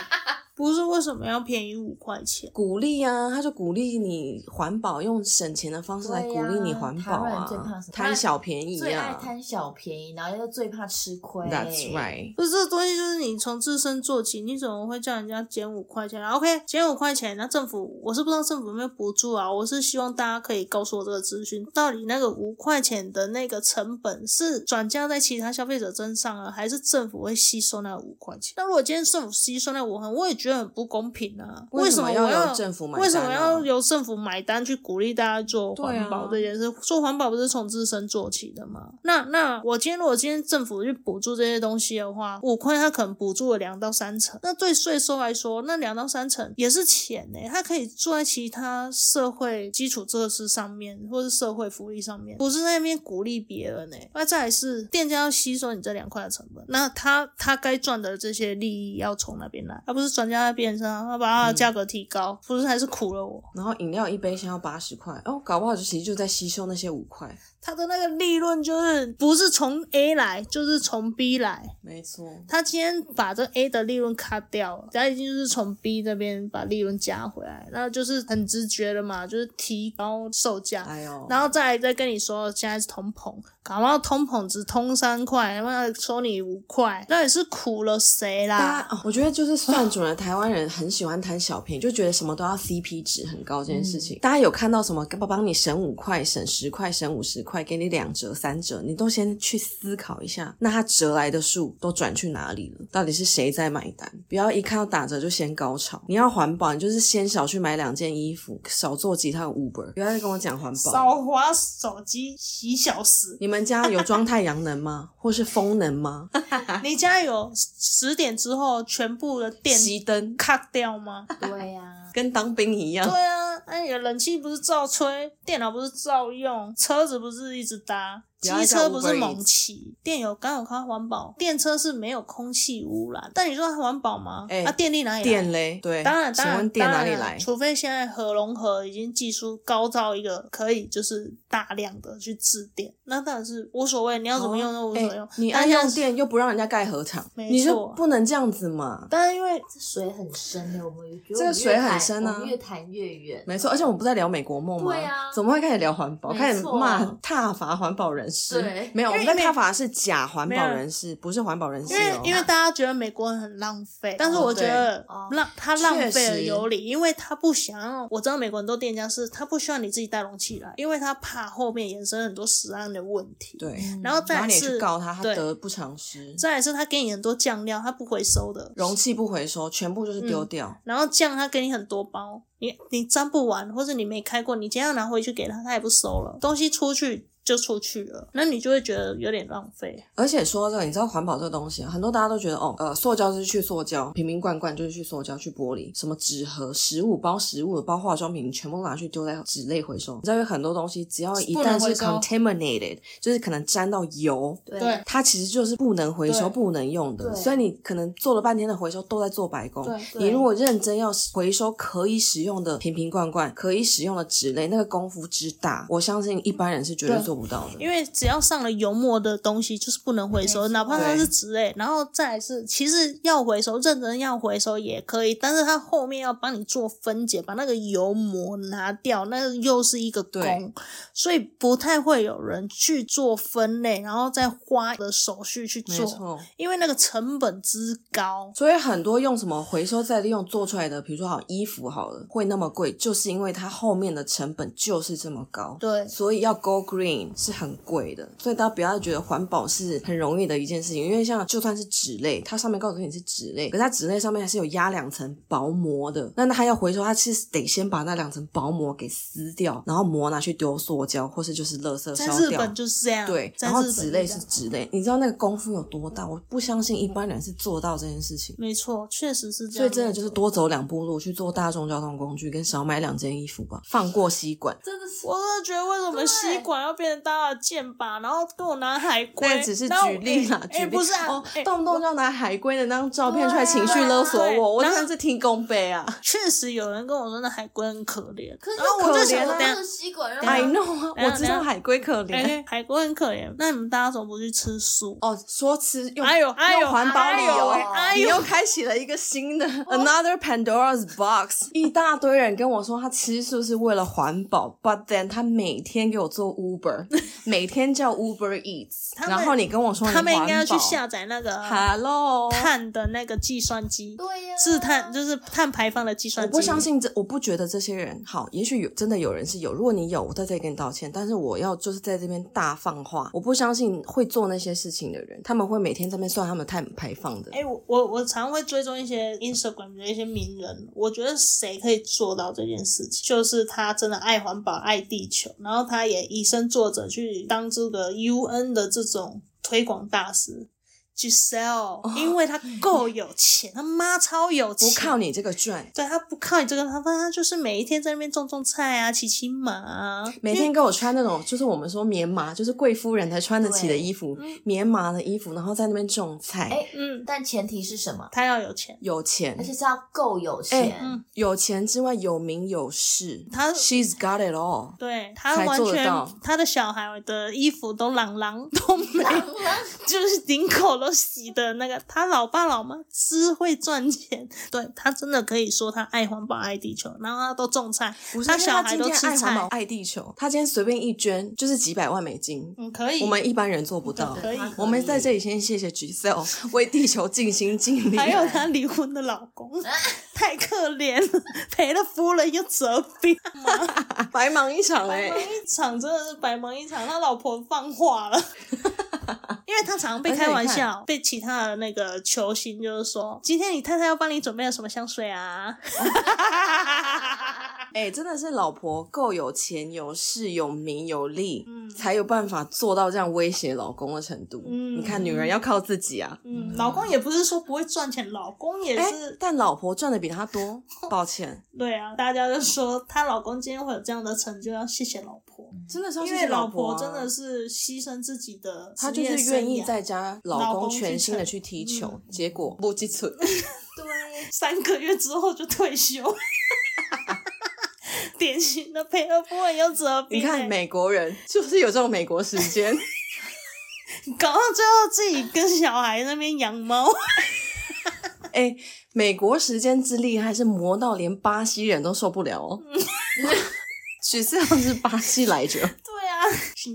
不是为什么要便宜五块钱？鼓励啊，他就鼓励你环保，用省钱的方式来对鼓励你呀环台保湾人最怕啊什，么贪小便宜最爱啊。贪小便宜，然后又最怕吃亏。 That's right。不是这东西，就是你从自身做起。你怎么会叫人家减五块钱？然后 OK，减五块钱，那政府我是不知道政府有没有补助啊。我是希望大家可以告诉我这个资讯，到底那个五块钱的那个成本是转嫁在其他消费者身上啊，还是政府会吸收那五块钱？那如果今天政府吸收那五块，我也觉得很不公平啊。为什什么么要我要由政府买为什单么啊要由政府买单去鼓励大家做环保这对件事？做环保不是从自身做起的吗？那那我今天如果今天政府去补助这些东西的话，五块它可能补助了两到三成，那对税收来说，那两到三成也是钱呢、它可以做在其他社会基础设施上面，或是社会福利上面，不是在那边鼓励别人呢、那再来是店家要吸收你这两块的成本，那他他该赚的这些利益要从哪边来，而不是转嫁在别人身上，要把它的价格提高，不是还是苦了我。然后饮料一杯先要八十块，哦，搞不好就其实就在吸收那些五块。他的那个利润就是不是从 A 来，就是从 B 来。没错，他今天把这 A 的利润卡掉了，他已经就是从 B 这边把利润加回来，那就是很直觉的嘛，就是提高售价。哎呦，然后再来再跟你说，现在是通膨，搞不好通膨只通三块，他妈收你五块，那也是苦了谁大啦家、？哦我觉得就是算准了，台湾人很喜欢贪小便宜，就觉得什么都要 CP 值很高这件事情。大家有看到什么帮帮你省五块、省十块、省五十块，给你两折、三折，你都先去思考一下，那它折来的数都转去哪里了？到底是谁在买单？不要一看到打折就先高潮。你要环保，你就是先少去买两件衣服，少做几趟 Uber，不要再跟我讲环保。少滑手机洗小时，你们家有装太阳能吗？或是风能吗？你家有十点之后全部的电熄灯，卡掉吗？对呀、跟当兵一样。对啊，那、你的冷气不是照吹，电脑不是照用，车子不是一直搭，不机要再车不是 Uber 猛 Eats 骑，电有刚有看环保，电车是没有空气污染，但你说它环保吗？哎啊，电力哪里来？电嘞，对，当然，请当然，问电当哪里然来？除非现在核融合已经技术高到一个可以就是大量的去制电，那当然是无所谓，你要怎么用就无所哎谓。你但爱现在用是，电又不让人家盖核厂，没你就错不能这样子嘛。但是因为这水很深欸的，我们觉得这个我们水越很谈深啊我们越谈越远。没错，而且我们不在聊美国梦吗？对啊怎么会开始聊环保？没开始骂错挞伐环保人士？对没有，我们因为在挞伐的是假环保没有人士，不是环保人士因为哦。因为大家觉得美国人很浪费，但是哦我觉对得哦浪他浪确费了实有理，因为他不想要。我知道美国很多店家是他不需要你自己带容器来，因为他怕后面衍生很多食安的问题。，对，嗯嗯然后然再后来你也去嗯是告他，他对得不偿失，再来是他给你很多酱料，他不回收的，容器不回收，全部就是嗯丢掉。然后酱他给你很多包，你你沾不完，或者你没开过，你今天要拿回去给他，他也不收了。东西出去就出去了，那你就会觉得有点浪费。而且说到这个，你知道环保这个东西啊，很多大家都觉得哦，呃，塑胶就是去塑胶，瓶瓶罐罐就是去塑胶，去玻璃，什么纸盒、食物包、食物包括化妆品，全部拿去丢在纸类回收。你知道有很多东西，只要一不能旦回是收 contaminated，就是可能沾到油。对对它其实就是不能回收、对不能用的，对所以你可能做了半天的回收都在做白工。对哦你如果认真要回收可以使用的瓶瓶罐罐、可以使用的纸类，那个功夫之大，我相信一般人是绝对对做不到的。因为只要上了油墨的东西，就是不能回没收，错哪怕它对是纸类。然后再来是，其实要回收，认真要回收也可以，但是它后面要帮你做分解，把那个油膜拿掉，那又是一个工对，所以不太会有人去做分类，然后再花的手续去没做，错。因为那个成本之高。所以很多用什么回收再利用做出来的，比如说好衣服好了，会那么贵，就是因为它后面的成本就是这么高。对所以要 go green 是很贵的，所以大家不要觉得环保是很容易的一件事情，因为像就算是纸类，它上面告诉你是纸类，可是它纸类上面还是有压两层薄膜的，那它要回收，它其实得先把那两层薄膜给撕掉，然后膜拿去丢塑胶或是就是垃圾在烧日掉。本就是这样，对，在然日后本就纸这类样是纸类，你知道那个功夫有多大？我不相信一般人是做到这件事情。没错，确实是这所样。以真的就是多走两步路，去坐大众交通工具，跟少买两件衣服吧，放过吸管。真的是我真的觉得为什么对吸管要变面搭了箭靶，然后给我拿海龟，那只是然后举例啦哎，举哎例不是啊，哦哎，动不动就要拿海龟的那张照片出来情绪勒索对啊我，我然真后的是听公杯啊确实有人跟我说那海龟很可怜，可是然后我就可想怜说，啊等一下是吸管肉， ！I know 啊，等一我下知道海龟可哎、怜。海龟很可怜，那你们大家怎么不去吃素？哦，说吃又哎呦哎呦又环保理由哎呦哦哎，你呦又开启了一个新的 another Pandora's box。一大堆人跟我说他吃素是为了环保，but then 他每天给我做 Uber，每 天叫 Uber Eats，他们然后你跟我说你他们应该要环保去下载那个 Hello，碳的那个计算机，对呀、是碳就是碳排放的计啊算我机。不相信这，我不觉得这些人好。也许有真的有人是有，如果你有，我在这里跟你道歉。但是我要就是在这边大放话，我不相信会做那些事情的人，他们会每天在那边算他们碳排放的。哎、我我我常会追踪一些 Instagram 的一些名人，我觉得谁可以做到这件事情，就是他真的爱环保、爱地球，然后他也以身作则去当这个 UN 的这种推广大使。Giselle，因为他够有钱，他妈超有不钱，靠你这个赚，对他不靠你这个，他反正他就是每一天在那边种种菜啊，骑骑马、啊，每天给我穿那种就是我们说棉麻，就是贵夫人才穿得起的衣服，棉麻的衣服，然后在那边种菜，哎嗯，但前提是什么？他要有钱。有钱而。且是要够有钱。哎嗯有钱之外有名有势，他 she's got it all。对他才完做得全到，他的小孩的衣服都朗 朗都没， 就是领口都洗的那个。他老爸老妈只会赚钱，对他真的可以说他爱环保爱地球，然后他都种菜不，是因他为小孩今都天爱吃环保菜，爱地球，他今天随便一捐就是几百万美金，嗯，可以。我们一般人做不到。可以他我们在这里先谢谢 Giselle 为地球尽心尽力。还有她离婚的老公， 太可怜了，赔了夫人又折兵。白忙一场哎、白忙一场真的是白忙一场，他老婆放 话了。因为他常常被开玩笑，被其他的那个球星就是说，今天你太太要帮你准备了什么香水啊？哎、真的是老婆够有钱、有势、有名、有利，才有办法做到这样威胁老公的程度。嗯你看，女人要靠自己啊。嗯，老公也不是说不会赚钱，老公也哎、是，但老婆赚的比他多，抱歉，对啊，大家就说她老公今天会有这样的成就，要谢谢老婆，真嗯的是要因谢为谢老婆、婆啊、真的。是牺牲自己的她职就业是愿意生涯在家老老公嗯公去全心的撑去踢球，结果不积存。对，三个月之后就退休。 典型的赔了夫人又折兵、你看欸美国人 就是有这种美国时间， 搞到最后自己跟小孩那边养 猫，哎、美国时间之厉害是磨到连巴西人都受不了哦。嗯 许世阳是巴西来着，对啊，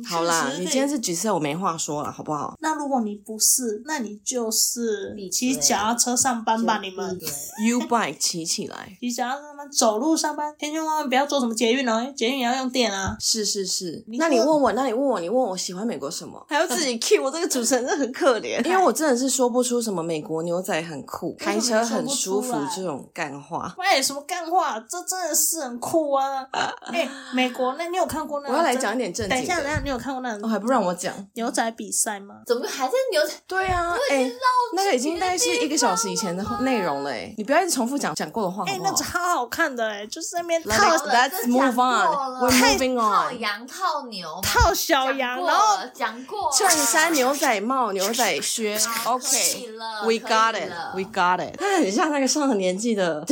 好啦，确实你得今天是举世，我没话说了，好不 好那如果你不是，那你就是闭嘴骑脚踏车上班吧，你们对？U bike 骑起来，骑脚踏车上班，走路上班，千千万万不要坐什么捷运哦，因为捷运也要用电啊。是是是。你那你说问我，那你问我，你问我喜欢美国什么？还要自己 cue 我这个主持人，真的很可 怜，因为我真的是说不出什么美国牛仔很酷，哎为什么开车你说很不舒出服来这种干话。喂，什么干话？这真的是很酷 啊！哎、美国，那你有看过那？我要来讲一。点正经等的，一下，等一下，你有看过那哦还不让我讲。牛仔比赛吗？怎么还在牛仔？对啊，哎、那个已经大概是一个小时以前的内容了、哎，你不要一直重复讲讲过的话，哎、好不那哦好？超好看的哎、就是那边来套来 Let's move on. We're moving 套 on. 羊套牛嘛，套小羊，讲过然后哦了讲过了衬衫、牛仔帽、牛仔靴好可以了，OK，We 可以 got it, 了 we got it。他很像那个上了年纪的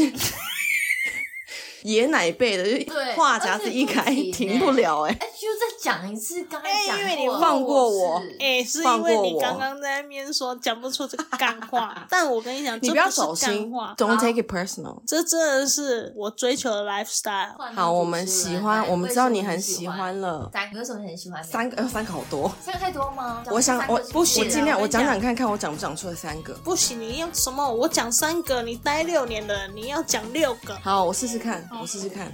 爷奶辈的，就是对话匣子一开而且不停欸停不了、 哎，哎，就再讲一次，刚哎才讲因为你过了放过我是哎、是放因为过你我刚刚在那边说讲不出这个干 话，但我跟你讲，你这不要是走干心话， ，Don't take it personal。这真的是我追求的 lifestyle。换好，主我们持喜人欢，来我们知道你很喜喜欢了。三个，为什么你很喜欢？三个，呃，三个好多。三个太多吗？我想，我不我行，尽量，我我跟你讲讲讲看看，我讲不讲出了三个。不行，你用什么？我讲三个，你待六年的，你要讲六个。好，我试试看，我试试看。